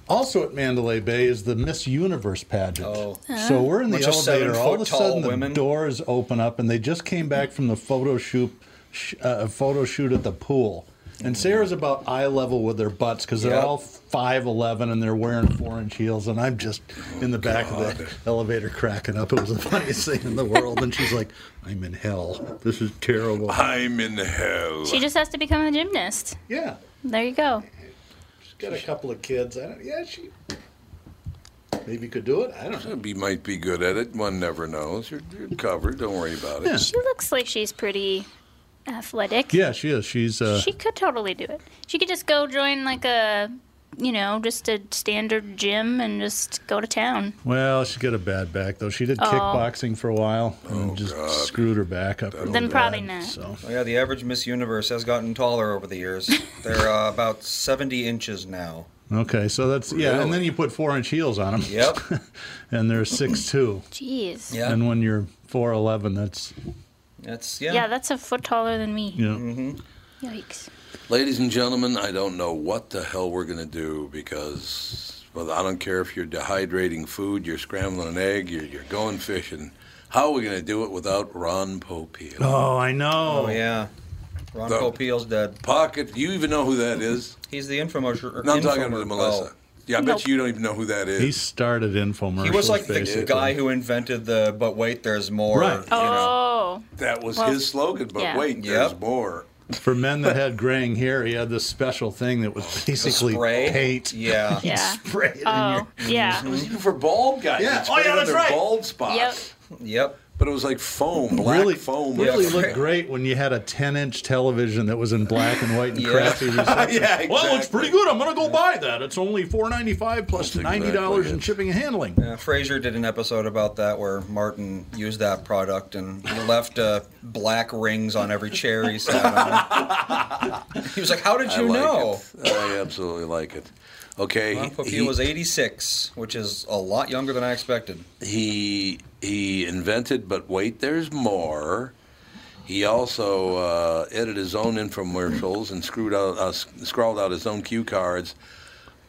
B: Also at Mandalay Bay is the Miss Universe pageant.
D: Oh.
B: So we're in the
D: Which is
B: elevator.
D: seven
B: All
D: foot
B: of a
D: tall
B: sudden, the
D: women.
B: doors open up, and they just came back from the photo shoot, sh- uh, photo shoot at the pool. And Sarah's about eye level with their butts because they're
D: Mm. Yep.
B: all five eleven and they're wearing four inch heels, and I'm just in the back of the elevator cracking up. It was the funniest thing in the world. And she's like, "I'm in hell. This is terrible."
A: I'm in hell.
C: She just has to become a gymnast.
B: Yeah,
C: There you go.
B: she's got a couple of kids. I don't, yeah, she maybe could do it. I don't know.
A: Be, might be good at it. One never knows. You're, you're covered. Don't worry about it.
B: Yeah.
C: She looks like she's pretty athletic.
B: Yeah, she is. She's uh,
C: She could totally do it. She could just go join like a, you know, just a standard gym and just go to town.
B: well, she got a bad back though. She did
C: Oh.
B: kickboxing for a while and just screwed her back up. real
C: Then probably
B: bad,
C: not.
B: So
D: Oh, yeah, the average Miss Universe has gotten taller over the years. They're uh, about 70 inches now.
B: okay, so that's yeah. And then you put four inch heels on them.
D: Yep.
B: and they're six two.
C: Jeez.
D: Yeah.
B: And when you're four eleven, that's
D: That's
C: Yeah,
D: yeah.
C: that's a foot taller than me.
B: you know.
D: Mm-hmm.
C: Yikes.
A: Ladies and gentlemen, I don't know what the hell we're going to do because, well, I don't care if you're dehydrating food, you're scrambling an egg, you're, you're going fishing. How are we going to do it without Ron Popeil?
B: Oh, I know.
D: Oh, yeah. Ron
A: The-
D: Popeil's dead.
A: Pocket. You even know who that is?
D: He's the infomercial. er,
A: No, I'm talking
D: infomer-
A: to Melissa.
D: oh.
A: Yeah, I
D: Nope.
A: bet you don't even know who that is.
B: He started infomercials.
D: He was like
B: basically.
D: the guy who invented the "but wait, there's more."
B: Right.
C: Oh.
A: That was
C: Well,
A: his slogan, but
C: yeah.
A: wait,
D: Yep.
A: there's more.
B: For men that had graying hair, he had this special thing that was basically
D: spray?
B: paint.
D: Yeah.
C: Yeah.
B: Spray it
C: oh, yeah.
A: It was even for bald guys.
B: Yeah.
A: It's
B: Oh, yeah,
A: right on
B: that's
A: their
B: right.
A: Bald spots.
C: Yep.
D: Yep.
A: But it was like foam, black
B: really,
A: foam.
B: really
A: Yeah.
B: looked great when you had a 10 inch television that was in black and white and
D: Yeah.
B: crappy. reception.
A: Yeah,
B: Well, it looks
A: exactly.
B: pretty good. I'm going to go buy that. It's only $4.95 plus
A: That's
B: $90
A: exactly
B: in
A: it.
B: shipping and handling.
D: Yeah, Fraser Uh, did an episode about that where Martin used that product and he left uh, black rings on every chair he sat on. he was like, "How did
A: I
D: you
A: like
D: know?"
A: it. I absolutely like it. Okay.
D: Ron
A: he-
D: Popeil
A: he-
D: was 86, which is a lot younger than I expected.
A: he he invented but wait there's more he also uh, edited his own infomercials and screwed out uh, s- scrawled out his own cue cards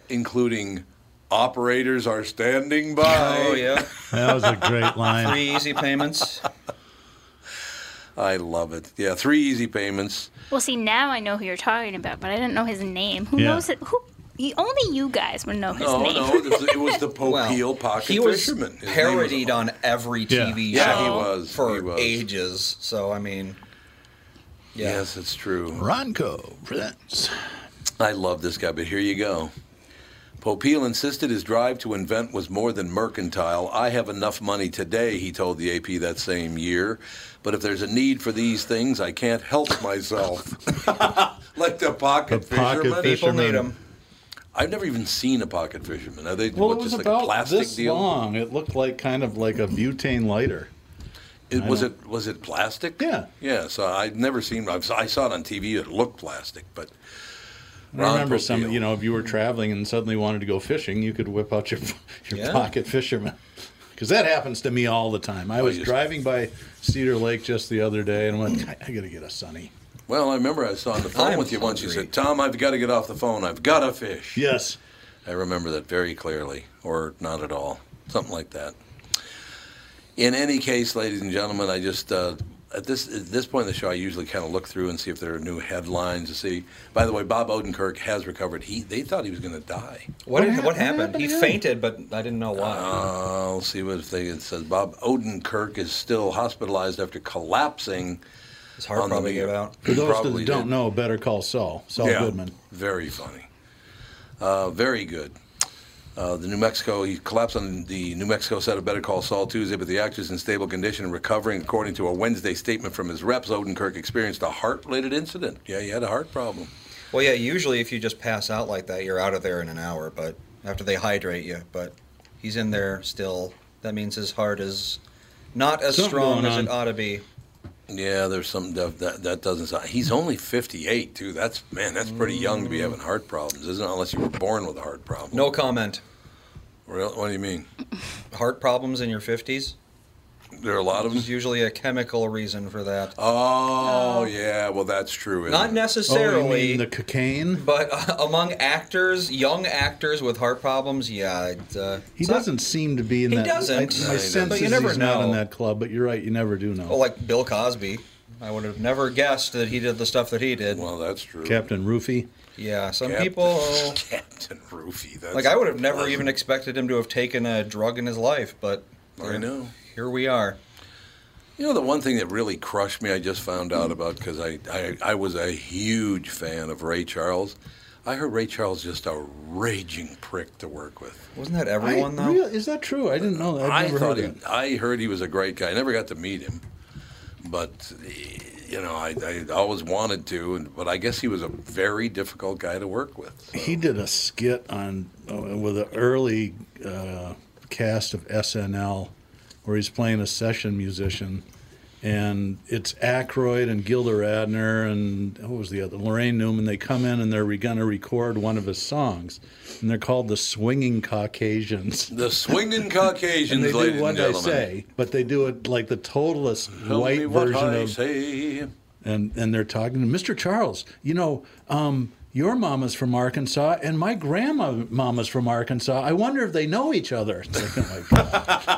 A: including operators are standing by
D: Oh yeah,
B: That was a great line.
D: three easy payments.
A: i love it yeah three easy payments
C: Well, see, now I know who you're talking about, but I didn't know his name. Who
B: Yeah.
C: knows it? Who? you- Only you guys would know his
A: no
C: name.
A: Oh, no this- it was the popeil
D: Well,
A: pocket
D: he was
A: fisherman His name was-
D: parodied on every
B: Yeah.
D: TV
A: yeah
D: show
A: he was
D: for
A: he was.
D: ages. So I mean, yeah.
A: yes it's true
B: Ronco presents.
A: I love this guy, but here you go. Popeil insisted his drive to invent was more than mercantile. I have enough money today, he told the AP that same year. But if there's a need for these things, I can't help myself. like the pocket,
B: The pocket
A: fisherman.
B: fish-
D: People need
B: Fisherman.
D: them.
A: I've never even seen a pocket fisherman. Are they
B: Well,
A: what,
B: it was
A: just like
B: about
A: a plastic
B: this
A: deal?
B: long. It looked like kind of like a butane lighter.
A: It,
B: I
A: was
B: don't-
A: it was it plastic?
B: Yeah.
A: Yeah. So I've never seen. I've, I saw it on TV. It looked plastic, but
B: I
A: Ron
B: remember some,
A: Popeil.
B: you know, if you were traveling and suddenly wanted to go fishing, you could whip out your your
D: Yeah.
B: pocket fisherman. Because that happens to me all the time. I was
A: you-
B: driving by Cedar Lake just the other day and went, I, I got to get a sunny.
A: Well, I remember I saw on the phone
D: I'm
A: with you once. You
D: hungry.
A: said, "Tom, I've got to get off the phone. I've got to fish."
B: Yes.
A: I remember that very clearly, or not at all, something like that. In any case, ladies and gentlemen, I just uh, at this at this point in the show, I usually kind of look through and see if there are new headlines to see. By the way, Bob Odenkirk has recovered. He they thought he was going to die.
D: What, did- what happened? He fainted, but I didn't know why.
A: Uh, I'll see what if they it says Bob Odenkirk is still hospitalized after collapsing.
D: His heart
A: on the
D: probably
A: meter.
D: gave out.
B: For those
A: Probably
B: that don't
A: did.
B: know, better call Saul, Saul Goodman.
A: Very funny. Uh, very good. Uh, the New Mexico, he collapsed on the New Mexico set of Better Call Saul Tuesday, but the actor's in stable condition and recovering. According to a Wednesday statement from his reps, Odenkirk experienced a heart related incident. Yeah, he had a heart problem.
D: Well, yeah. Usually, if you just pass out like that, you're out of there in an hour. But after they hydrate you, but he's in there still. That means his heart is not as
B: Something
D: strong
B: going
D: as
B: on.
D: it ought to be.
A: Yeah, there's some that, that, that doesn't sound. He's only 58, too. That's, man, that's pretty young to be having heart problems, isn't it? Unless you were born with a heart problem.
D: No comment.
A: Real, what do you mean?
D: Heart problems in your 50s.
A: There are a lot of them?
D: There's usually a chemical reason for that.
A: Oh, yeah. Well, that's true. isn't
D: Not
A: it?
B: Oh, you
D: necessarily,
B: mean the cocaine?
D: but uh, among actors, young actors with heart problems, yeah. It, uh,
B: He
D: it's not-
B: doesn't seem to be in
D: He
B: that.
D: doesn't.
B: I,
D: No, he
B: my
D: doesn't.
B: sense
D: But you
B: is
D: never
B: he's not
D: know. Oh,
B: in that club, but you're right. You never do know.
D: Well, like Bill Cosby, I would have never guessed that he did the stuff that he did.
A: Well, that's true.
B: Captain Roofy.
D: yeah, some
A: Captain-
D: people.
A: Captain Roofy. That's
D: Like I would have never even expected him to have taken a drug in his life, but
A: I know.
D: here we are.
A: You know the one thing that really crushed me. I just found out about because I, I I was a huge fan of Ray Charles. I heard Ray Charles just a raging prick to work with.
D: Wasn't that everyone
B: I-
D: though?
B: really- is that true? I didn't know that.
A: I
B: I've never
A: thought
B: heard
A: he,
B: that.
A: I heard he was a great guy. I never got to meet him, but eh, you know I, I always wanted to. And, but I guess he was a very difficult guy to work with. so.
B: He did a skit on uh, with an early uh, cast of SNL where he's playing a session musician, and it's Aykroyd and Gilda Radner and who was the other Lorraine Newman. They come in and they're going to record one of his songs, and they're called the Swinging Caucasians.
A: The swinging Caucasians,
B: And they
A: ladies
B: do what
A: and
B: I
A: gentlemen.
B: say, but they do it like the totalist
A: Tell
B: white
A: me what
B: version
A: I
B: of
A: say.
B: and and they're talking to Mr. Charles. You know, um, Your mama's from Arkansas, and my grandma mama's from Arkansas. I wonder if they know each other. It's like, oh my God.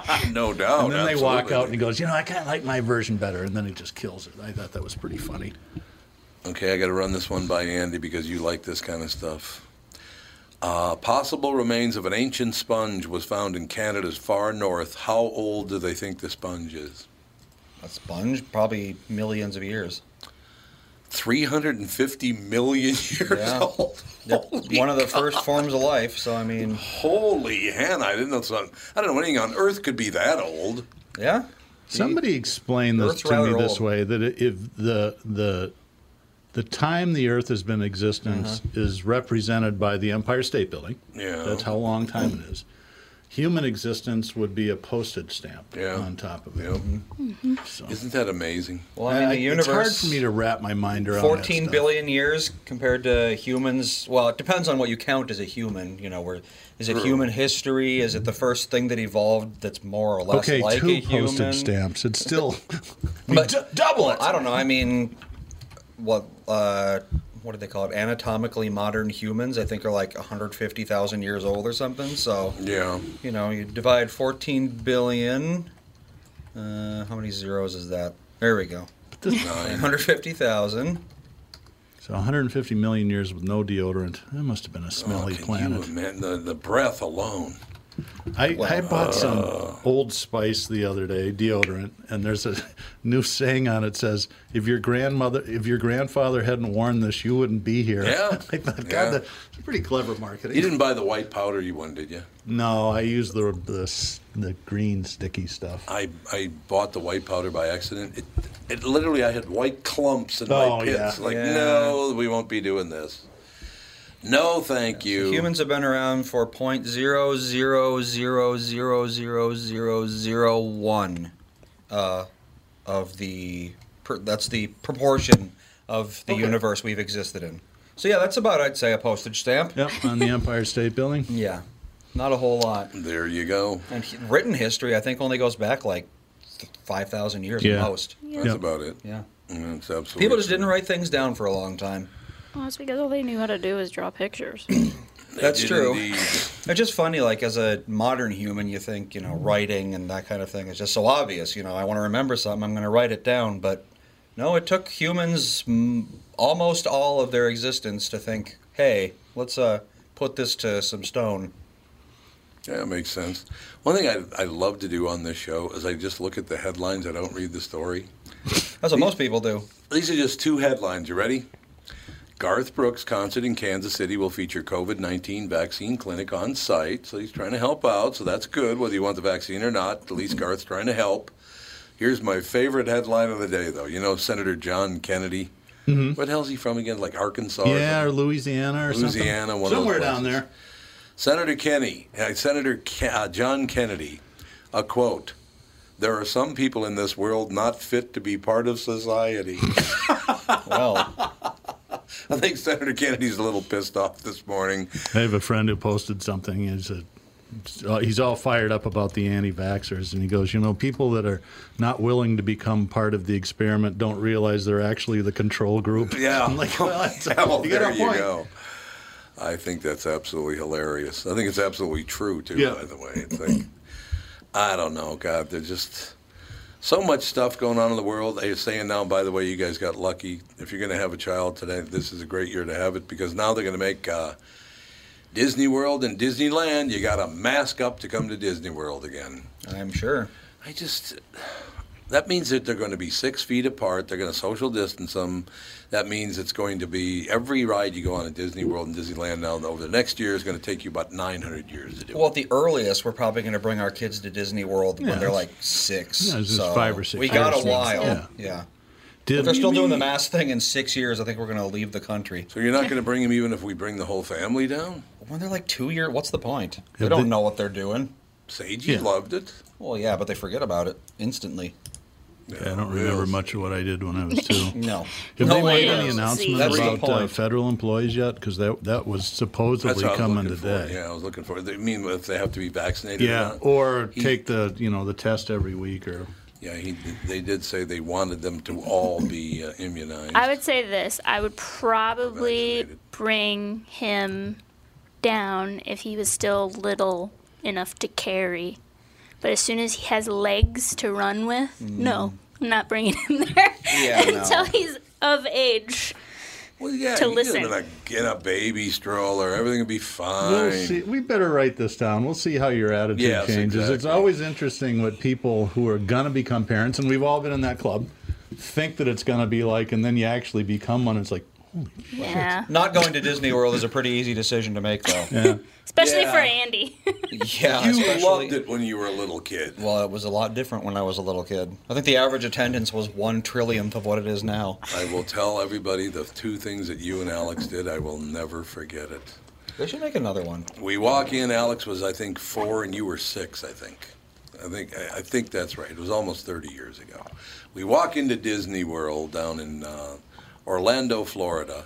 A: Ah, No doubt.
B: and then they walk
A: Oh, absolutely.
B: out and he goes, you know, I kind of like my version better, and then he just kills it. I thought that was pretty funny.
A: Okay, I got to run this one by Andy because you like this kind of stuff. Uh, possible remains of an ancient sponge was found in Canada's far north. How old do they think the sponge is?
D: A sponge? Probably millions of years.
A: 350 million years old.
D: They're one of the first forms of life, so I mean.
A: Holy Hannah, I didn't know something. I don't know anything on earth could be that old.
D: Yeah.
B: Somebody explained this
A: Earth's
B: to
A: rather
B: me this
A: old.
B: way: that i- if the the the time the Earth has been in existence is represented by the Empire State Building.
A: Uh-huh. Yeah.
B: that's how long time it is. Human existence would be a postage stamp
A: Yeah.
B: on top of it.
A: Isn't that amazing?
D: Well, I mean, the
B: Uh, it's hard
D: universe-
B: for me to wrap my mind around. that
D: 14
B: stuff.
D: billion years compared to humans. Well, it depends on what you count as a human. You know, where is it
B: True.
D: human history? Is it the first thing that evolved that's more or less
B: Okay,
D: like
B: two
D: a human?
B: postage stamps. It's still
D: But double it. I don't know. I mean, what uh, what do they call it? Anatomically modern humans, I think, are like 150,000 years old or something. So
A: yeah,
D: you know, you divide 14 billion. Uh, how many zeros is that? There we go.
B: this-
D: 150,000.
B: so 150 million years with no deodorant. That must have been a smelly planet.
A: You imagine the, the breath alone.
B: I, I
A: Well,
B: bought
A: uh,
B: some Old Spice the other day, deodorant, and there's a new saying on it says, "If your grandmother, if your grandfather hadn't worn this, you wouldn't be here."
A: Yeah.
B: I thought, God,
A: Yeah.
B: that- that's pretty clever marketing.
A: You didn't buy the white powder you won, did you?
B: No, I used the the s- the green sticky stuff.
A: I, I bought the white powder by accident. It, it literally I had white clumps in
B: Oh,
A: my
B: yeah.
A: pits. Like
D: Yeah.
A: no, we won't be doing this. No, thank you.
D: Humans have been around for 0.00000001 uh, of the per, that's the proportion of the universe we've existed in. So yeah, that's about I'd say a postage stamp.
B: Yep, on the Empire State Building.
D: Yeah, not a whole lot.
A: There you go.
D: And he- written history, I think, only goes back like five thousand years
A: Yeah.
D: at most.
A: That's Yep. about it.
D: Yeah,
A: That's absolutely.
D: people just didn't write things down for a long time.
C: Well, that's because all they knew how to do was draw pictures.
D: That's
C: did
D: true.
C: indeed.
D: It's just funny, like as a modern human, you think you know
A: Mm-hmm.
D: writing and that kind of thing is just so obvious. You know, I want to remember something, I'm going to write it down. But no, it took humans mm, almost all of their existence to think, hey, let's uh, put this to some stone.
A: Yeah, it makes sense. One thing I, I love to do on this show is I just look at the headlines. I don't read the story.
D: That's what most people do.
A: These are just two headlines. You ready? Garth Brooks' concert in Kansas City will feature COVID 19 vaccine clinic on site. So he's trying to help out. So that's good, whether you want the vaccine or not. At least Garth's trying to help. Here's my favorite headline of the day, though. You know, Senator John Kennedy.
B: Mhm.
A: What the hell's he from again? Like Arkansas? or
B: Yeah, or Louisiana or something.
A: Louisiana, one of those
B: somewhere down
A: places.
B: there.
A: Senator Kenny, uh, Senator Ke- uh, John Kennedy, a quote: "There are some people in this world not fit to be part of society."
D: well,
A: I think Senator Kennedy's a little pissed off this morning.
B: I have a friend who posted something. He's a, uh, he's all fired up about the anti-vaxxers, and he goes, "You know, people that are not willing to become part of the experiment don't realize they're actually the control group."
A: Yeah,
B: I'm like, well, that's,
A: Yeah, well,
B: you got
A: there
B: a
A: you
B: point.
A: go. I think that's absolutely hilarious. I think it's absolutely true too.
B: Yeah.
A: By the way, it's like I don't know, God, there's just so much stuff going on in the world. They're saying now, by the way, you guys got lucky. If you're going to have a child today, this is a great year to have it because now they're going to make uh, Disney World and Disneyland. You got to mask up to come to Disney World again.
D: I'm sure.
A: I just that means that they're going to be six feet apart. They're going to social distance them. That means it's going to be every ride you go on at Disney World and Disneyland now over the next year is going to take you about 900 years to do.
D: Well, at the earliest, we're probably going to bring our kids to Disney World
A: Yeah.
D: when they're like six.
A: Yeah, it's just
D: so
A: five or six
D: We got
A: years.
D: a while.
A: Yeah.
D: Yeah.
A: Did
D: if they're
A: we
D: still doing the
A: meet?
D: mask thing in six years, I think we're going to leave the country.
A: So you're not going to bring them even if we bring the whole family down?
D: When they're like two year, what's the point?
A: Yeah,
D: They don't
A: they-
D: know what they're doing.
A: Sage, you Yeah. loved it.
D: Well, yeah, but they forget about it instantly.
B: I don't remember much of what I did when I was two.
D: No.
B: Have
D: No
B: they
D: one
B: made any
D: knows.
B: announcement
D: That's the
B: about uh,
D: point.
B: federal employees yet? Because that that was
A: That's
B: supposedly
A: what I was
B: coming
A: looking for.
B: today.
A: Yeah, I was looking for. I mean, if they have to be vaccinated.
B: Yeah,
A: Or not.
B: or take the you know the test every week or
A: Yeah, he, they did say they wanted them to all be uh, immunized.
C: I would say this. I would probably bring him down if he was still little enough to carry. But as soon as he has legs to run with, no, I'm not bringing him there
A: Yeah, no.
C: until he's of age
A: Yeah,
C: to
A: you get 'em
C: listen.
A: in a, in a baby stroller, everything will be fine.
B: We'll see. We better write this down. We'll see how your attitude
A: Yes,
B: changes. It's always interesting what people who are going to become parents, and we've all been in that club, think that it's going to be like, and then you actually become one. It's like,
C: Yeah.
D: Not going to Disney World is a pretty easy decision to make, though.
B: Yeah.
C: Especially
D: Yeah.
C: for Andy.
D: Yeah,
A: You
D: loved
A: it when you were a little kid.
D: Well, it was a lot different when I was a little kid. I think the average attendance was one trillionth of what it is now.
A: I will tell everybody the two things that you and Alex did. I will never forget it.
D: They should make another one.
A: We walk in. Alex was, I think, four, and you were six. I think. I think. I, I think that's right. It was almost 30 years ago. We walk into Disney World down in uh, Orlando, Florida,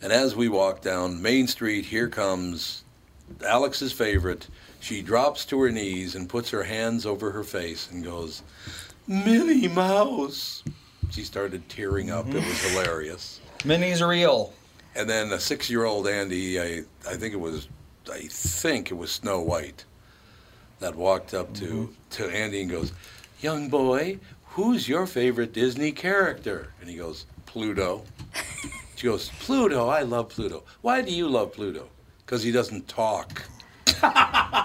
A: and as we walk down Main Street, here comes Alex's favorite. She drops to her knees and puts her hands over her face and goes, Minnie Mouse. She started tearing up. It was hilarious.
D: Minnie's real.
A: And then a six-year-old Andy, I, I think it was, I think it was Snow White, that walked up to
D: Mm-hmm.
A: to Andy and goes, "Young boy, who's your favorite Disney character?" And he goes, "Pluto." she goes, "Pluto, I love Pluto. Why do you love Pluto? Because he doesn't talk."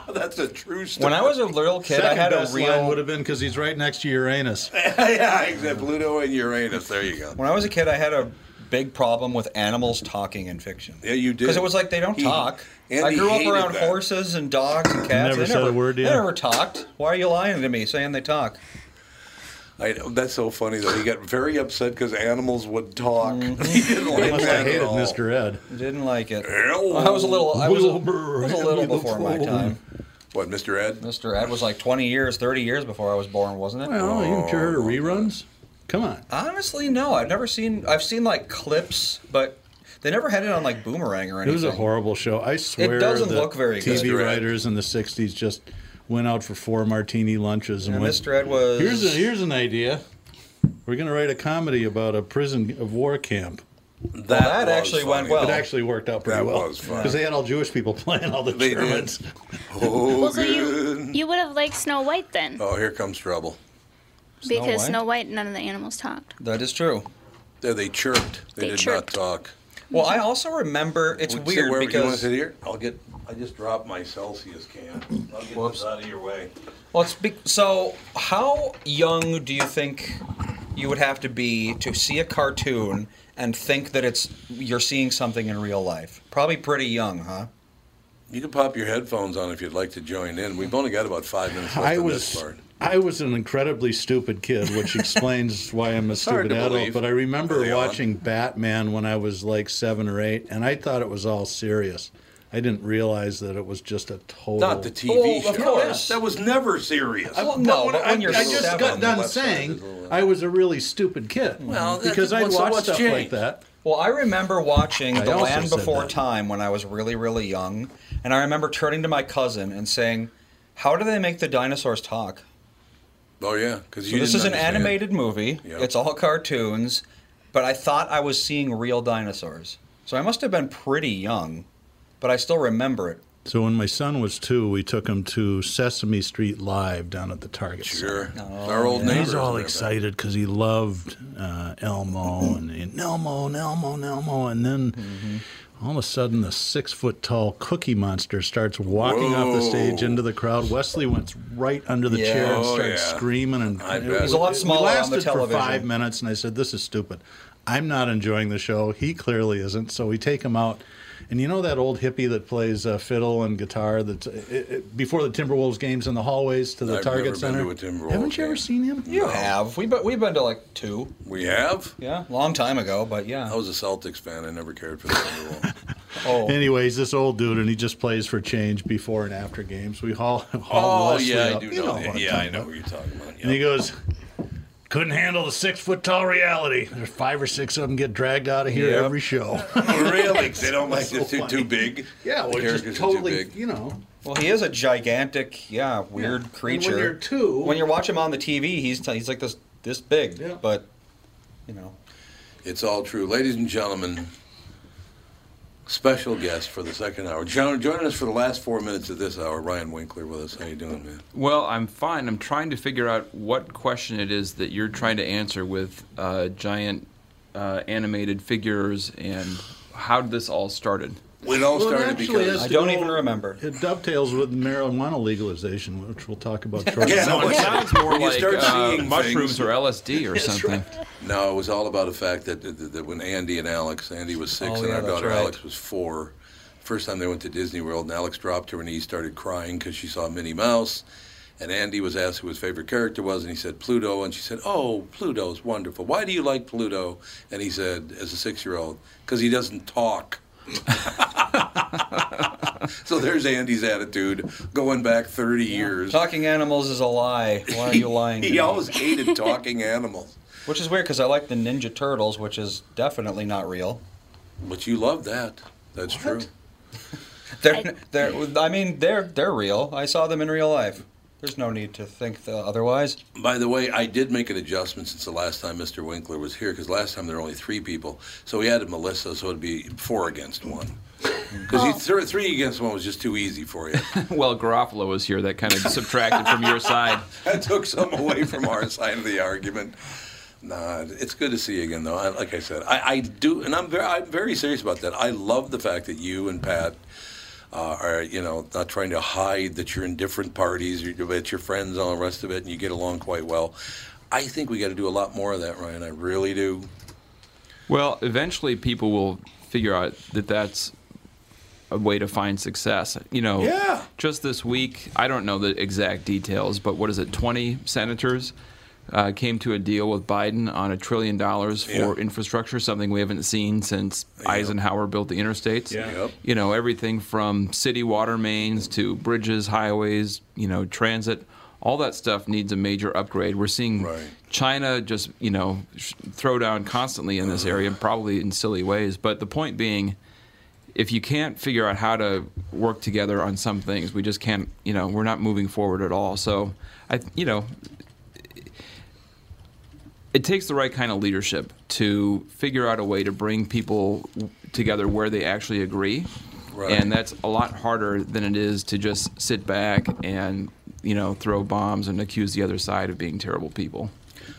A: That's a true story.
D: When I was a little kid, I
B: Second
D: had a
B: best
D: real.
B: line would have been because he's right next to Uranus.
A: yeah, except Pluto and Uranus. There you go.
D: When I was a kid, I had a big problem with animals talking in fiction.
A: Yeah, you did.
D: Because it was like they don't
A: He-
D: talk. I
A: Andy
D: grew up
A: hated
D: around
A: that.
D: horses and dogs and cats.
B: Never
D: they
B: said a word,
D: They
B: yeah.
D: never talked. Why are you lying to me saying they talk?
A: I know, that's so funny though. He got very upset because animals would talk.
D: Mm-hmm.
A: he didn't like
B: Must have
A: that
B: hated
D: Oh.
A: at all.
B: Mr. Ed.
D: Didn't like it. I was a little. I was a, I was a little before my time.
A: What, Mr. Ed?
D: Mr. Ed was like 20 years, 30 years before I was born, wasn't it?
B: Well, you can heard reruns. Come on.
D: Honestly, no. I've never seen. I've seen like clips, but they never had it on like Boomerang or
B: It
D: anything.
B: was a horrible show. I swear
D: doesn't
B: the
D: look very good.
B: TV
D: Mr. Ed.
B: writers in the 60s just went out for four martini lunches and
D: Yeah,
B: went,
D: Mr. Ed was-
B: Here's, a, here's an idea. We're going to write a comedy about a prison of war camp.
A: That,
D: that was actually went funny. well.
B: It actually worked out pretty
A: Oh. That
B: well.
A: was funny.
B: Because they had all Jewish people playing all the
A: They did.
B: Germans.
A: Oh,
C: Well, so you
A: good.
C: you would have liked Snow White then,
A: oh, here comes trouble.
C: because
D: White?
C: Snow White, none of the animals talked.
D: That is true.
A: Yeah, they chirped. They,
C: They
A: did
C: chirped.
A: not talk.
D: Well, I also remember it's
A: We- sit
D: weird
A: wherever- you want
D: because
A: to sit here? I'll get. I just dropped my Celsius can. I'll get this out of your way.
D: well, it's be, so how young do you think you would have to be to see a cartoon and think that it's you're seeing something in real life? Probably pretty young, huh?
A: You can pop your headphones on if you'd like to join in. We've only got about five minutes left
B: I
A: in
B: was
A: this part.
B: I was an incredibly stupid kid, which explains why I'm a
A: hard
B: stupid
A: to
B: adult.
A: believe.
B: But I remember
A: Early on.
B: watching Batman when I was like seven or eight, and I thought it was all serious. I didn't realize that it was just a total.
A: Not the TV
D: Well,
A: show.
D: Oh, of course.
A: That was never serious.
D: Well, no,
B: But
D: but
B: I,
D: when you're
B: I just
D: seven,
B: got done
A: left side
B: saying
A: is a little- uh,
B: I was a really stupid kid
A: Well, that-
B: because I
A: what's-
B: watched
A: what's
B: stuff like
A: changed?
B: that.
D: Well, I remember watching
B: I
D: The
B: also
D: Land
B: said
D: Before
B: that.
D: Time when I was really, really young, and I remember turning to my cousin and saying, "How do they make the dinosaurs talk?"
A: Oh yeah, because
D: So this is an animated movie.
A: Yep.
D: It's all cartoons, but I thought I was seeing real dinosaurs. So I must have been pretty young, but I still remember it.
B: So when my son was two, we took him to Sesame Street Live down at the Target. Center.
A: Sure, our old
B: And
A: neighbor.
B: he's all
A: over there.
B: excited because he loved uh, Elmo and, and Elmo and Elmo and Elmo, and then
A: Mm-hmm.
B: all of a sudden the six foot tall Cookie Monster starts walking off the
A: Whoa.
B: stage into the crowd. Wesley went right under the
D: Yeah.
B: chair and
A: Oh,
B: starts
A: yeah.
B: screaming and
A: I
B: it
A: bet.
D: He's a lot
B: we
D: smaller on the
B: lasted
D: television.
B: for five minutes, and I said, "This is stupid. I'm not enjoying the show. He clearly isn't." So we take him out. And you know that old hippie that plays uh, fiddle and guitar that's it, it, before the Timberwolves games in the hallways to the
A: I've
B: Target
A: never been
B: Center.
A: to a Timberwolves
B: Haven't you ever
A: game.
B: seen him?
D: You have. We've been, we've been to like two. Oh.
A: We have.
D: Yeah, long time ago, but
A: I
D: yeah.
A: was a Celtics fan. I never cared for the Timberwolves.
D: Oh,
B: Anyways, this old dude, and he just plays for change before and after games. We haul, haul
A: Oh,
B: Leslie
A: yeah, I
B: up.
A: do
B: You
A: know.
B: what
A: that.
B: I'm
A: yeah,
B: talking
A: I know
B: about.
A: what you're talking about.
B: And he
A: Yeah.
B: goes, couldn't handle the six foot tall reality. There's five or six of them get dragged out of here
D: Yep.
B: every show.
A: really? 'Cause They don't like this too, too big.
B: yeah,
A: The
B: which
A: characters
B: is
A: are
B: totally,
A: too big.
B: you know,
D: Well, he is a gigantic, yeah, weird
J: Yeah.
D: creature.
J: And when you're two-
D: when you watch him on the TV, he's t- he's like this this big. But you know,
A: It's all true. Ladies and gentlemen, special guest for the second hour. Jo- joining us for the last four minutes of this hour, Ryan Winkler with us. How you doing, man?
K: Well, I'm fine. I'm trying to figure out what question it is that you're trying to answer with
E: um,
K: uh, giant uh, animated figures and how this all started.
A: It
B: Well,
A: all
B: it
A: started
B: actually
A: because
B: has to go- It dovetails with marijuana legalization, which we'll talk about shortly.
A: Yeah, no, it sounds more
K: When you
A: like
K: start
A: uh,
K: seeing
A: mushrooms
K: things-
A: or LSD or
K: That's
A: something.
K: right.
A: No, it was all about the fact that, that, that when Andy and Alex, Andy was six
K: Oh,
A: and
K: yeah,
A: our
K: that's
A: daughter
K: right.
A: Alex was four. First time they went to Disney World, and Alex dropped to her knees, started crying because she saw Minnie Mouse. And Andy was asked who his favorite character was, and he said Pluto. And she said, "Oh, Pluto's wonderful. Why do you like Pluto?" And he said, as a six-year-old, "Because he doesn't talk." so there's Andy's attitude going back 30 years.
D: talking animals is a lie. Why are you lying? to
A: He
D: me?
A: always hated talking animals.
D: Which is weird because I like the Ninja Turtles, which is definitely not real.
A: But you love that. That's true.
D: They're, they're, I mean, they're they're real. I saw them in real life. There's no need to think the otherwise.
A: By the way, I did make an adjustment since the last time Mr. Winkler was here, because last time there were only three people. So we added Melissa, so it'd be four against one. Because three against one was just too easy for you.
K: well, Garofalo was here. That kind of subtracted from your side.
A: I took some away from our side of the argument. Nah, it's good to see you again, though. I, like I said, I, I do, and I'm very, I'm very serious about that. I love the fact that you and Pat uh, are, you know, not trying to hide that you're in different parties, you're, that you're friends, and all the rest of it, and you get along quite well. I think we got to do a lot more of that, Ryan. I really do.
K: Well, eventually people will figure out that that's a way to find success. You know,
A: Yeah.
K: just this week, I don't know the exact details, but what is it, 20 senators uh, came to a deal with Biden on a trillion dollars for
A: Yeah.
K: infrastructure, something we haven't seen since Eisenhower built the interstates.
A: Yeah. Yep.
K: You know, everything from city water mains to bridges, highways, you know, transit. All that stuff needs a major upgrade. We're seeing China just, you know, sh- throw down constantly in this
A: Uh-huh.
K: area, probably in silly ways. But the point being, if you can't figure out how to work together on some things, we just can't, you know, we're not moving forward at all. So, I, you know, it takes the right kind of leadership to figure out a way to bring people w- together where they actually agree.
A: Right.
K: And that's a lot harder than it is to just sit back and, you know, throw bombs and accuse the other side of being terrible people.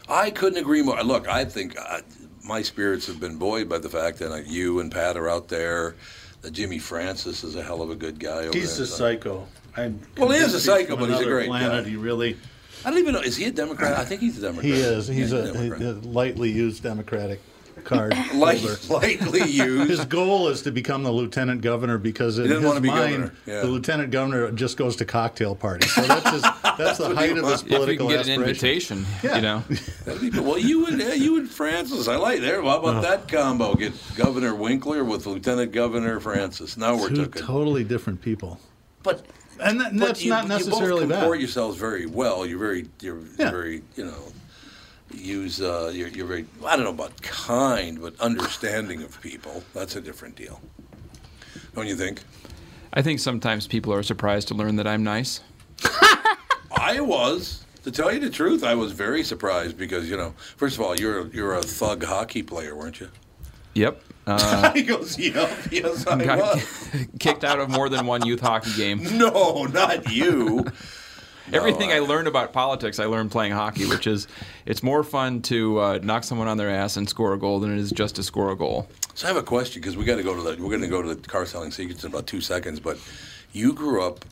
A: I couldn't agree more. Look, I think uh my spirits have been buoyed by the fact that uh, you and Pat are out there. That Jimmy Francis is a hell of a good guy. Over
B: He's
A: there.
B: a psycho. I'm
A: Well, he is a
B: convinced
A: psycho,
B: from
A: but he's a
B: another
A: great
B: planet.
A: guy.
B: He really
A: I don't even know. Is he a Democrat? I think he's a Democrat.
B: he is. He's
A: Yeah,
B: a,
A: Democrat.
B: a lightly used Democratic card.
A: Light-
B: holder.
A: lightly used.
B: His goal is to become the lieutenant governor because in
A: He doesn't
B: his
A: want to be
B: mind,
A: governor, yeah.
B: the lieutenant governor just goes to cocktail parties. So that's his, that's the height of his
K: If you can
B: political
K: get an
B: aspiration.
K: invitation, you know.
A: That'd be cool. well, you and uh, you and Francis, I like there. How
B: Uh.
A: about that combo? Get Governor Winkler with Lieutenant Governor Francis. Now we're
B: Two
A: talking.
B: totally different people.
A: But
B: and, that, that's not necessarily
A: you both
B: bad.
A: comport yourselves very well. You're very you're
B: Yeah.
A: very you know use uh, you're, you're very I don't know about kind, but understanding of people. That's a different deal. Don't you think?
K: I think sometimes people are surprised to learn that I'm nice.
A: I was. To tell you the truth, I was very surprised because you know, first of all, you're you're a thug hockey player, weren't you?
K: Yep. Uh,
A: he goes, "Yep, yes, I
K: Got-
A: was."
K: kicked out of more than one youth hockey game.
A: No, not you.
K: Everything I, learned about politics, I learned playing hockey, which is it's more fun to uh, knock someone on their ass and score a goal than it is just to score a goal.
A: So I have a question because we got to go to the we're going to go to the car selling secrets in about two seconds. But you grew up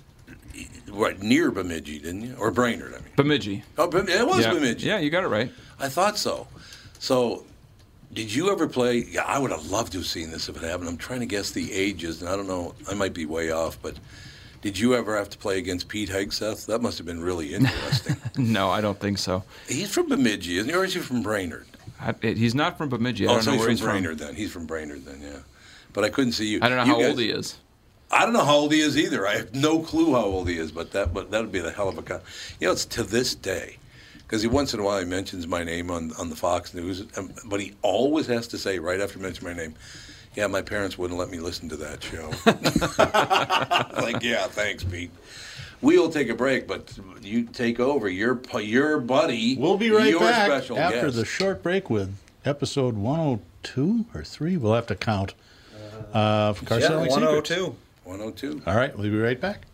A: right near Bemidji, didn't you? Or Brainerd? I mean,
K: Bemidji.
A: Oh, Bem- it was
K: Yeah.
A: Bemidji.
K: Yeah, you got it right.
A: I thought so. So, did you ever play? Yeah, I would have loved to have seen this if it happened. I'm trying to guess the ages, and I don't know. I might be way off, but did you ever have to play against Pete Hegseth? That must have been really interesting.
K: No, I don't think so.
A: he's from Bemidji, isn't he? Or is he from Brainerd?
K: I, he's not from Bemidji. I
A: oh,
K: don't
A: so
K: know
A: he's
K: where
A: from
K: he's from.
A: Brainerd then. He's from Brainerd then, yeah. But I couldn't see you.
K: I don't know
A: You
K: how
A: guys-
K: old he is.
A: I don't know how old he is either. I have no clue how old he is, but that but that would be the hell of a con. You know, it's to this day because he once in a while he mentions my name on on the Fox News, um, but he always has to say right after mentioning my name, yeah, my parents wouldn't let me listen to that show. like, yeah, thanks, Pete. We'll take a break, but you take over. Your pu- your buddy.
B: We'll be right
A: your
B: back
A: special
B: after
A: guest.
B: the short break with episode 102 or 3.
D: oh
B: Wewe'll have to count. Uh, of car selling secrets.
A: 102.
B: All right, we'll be right back.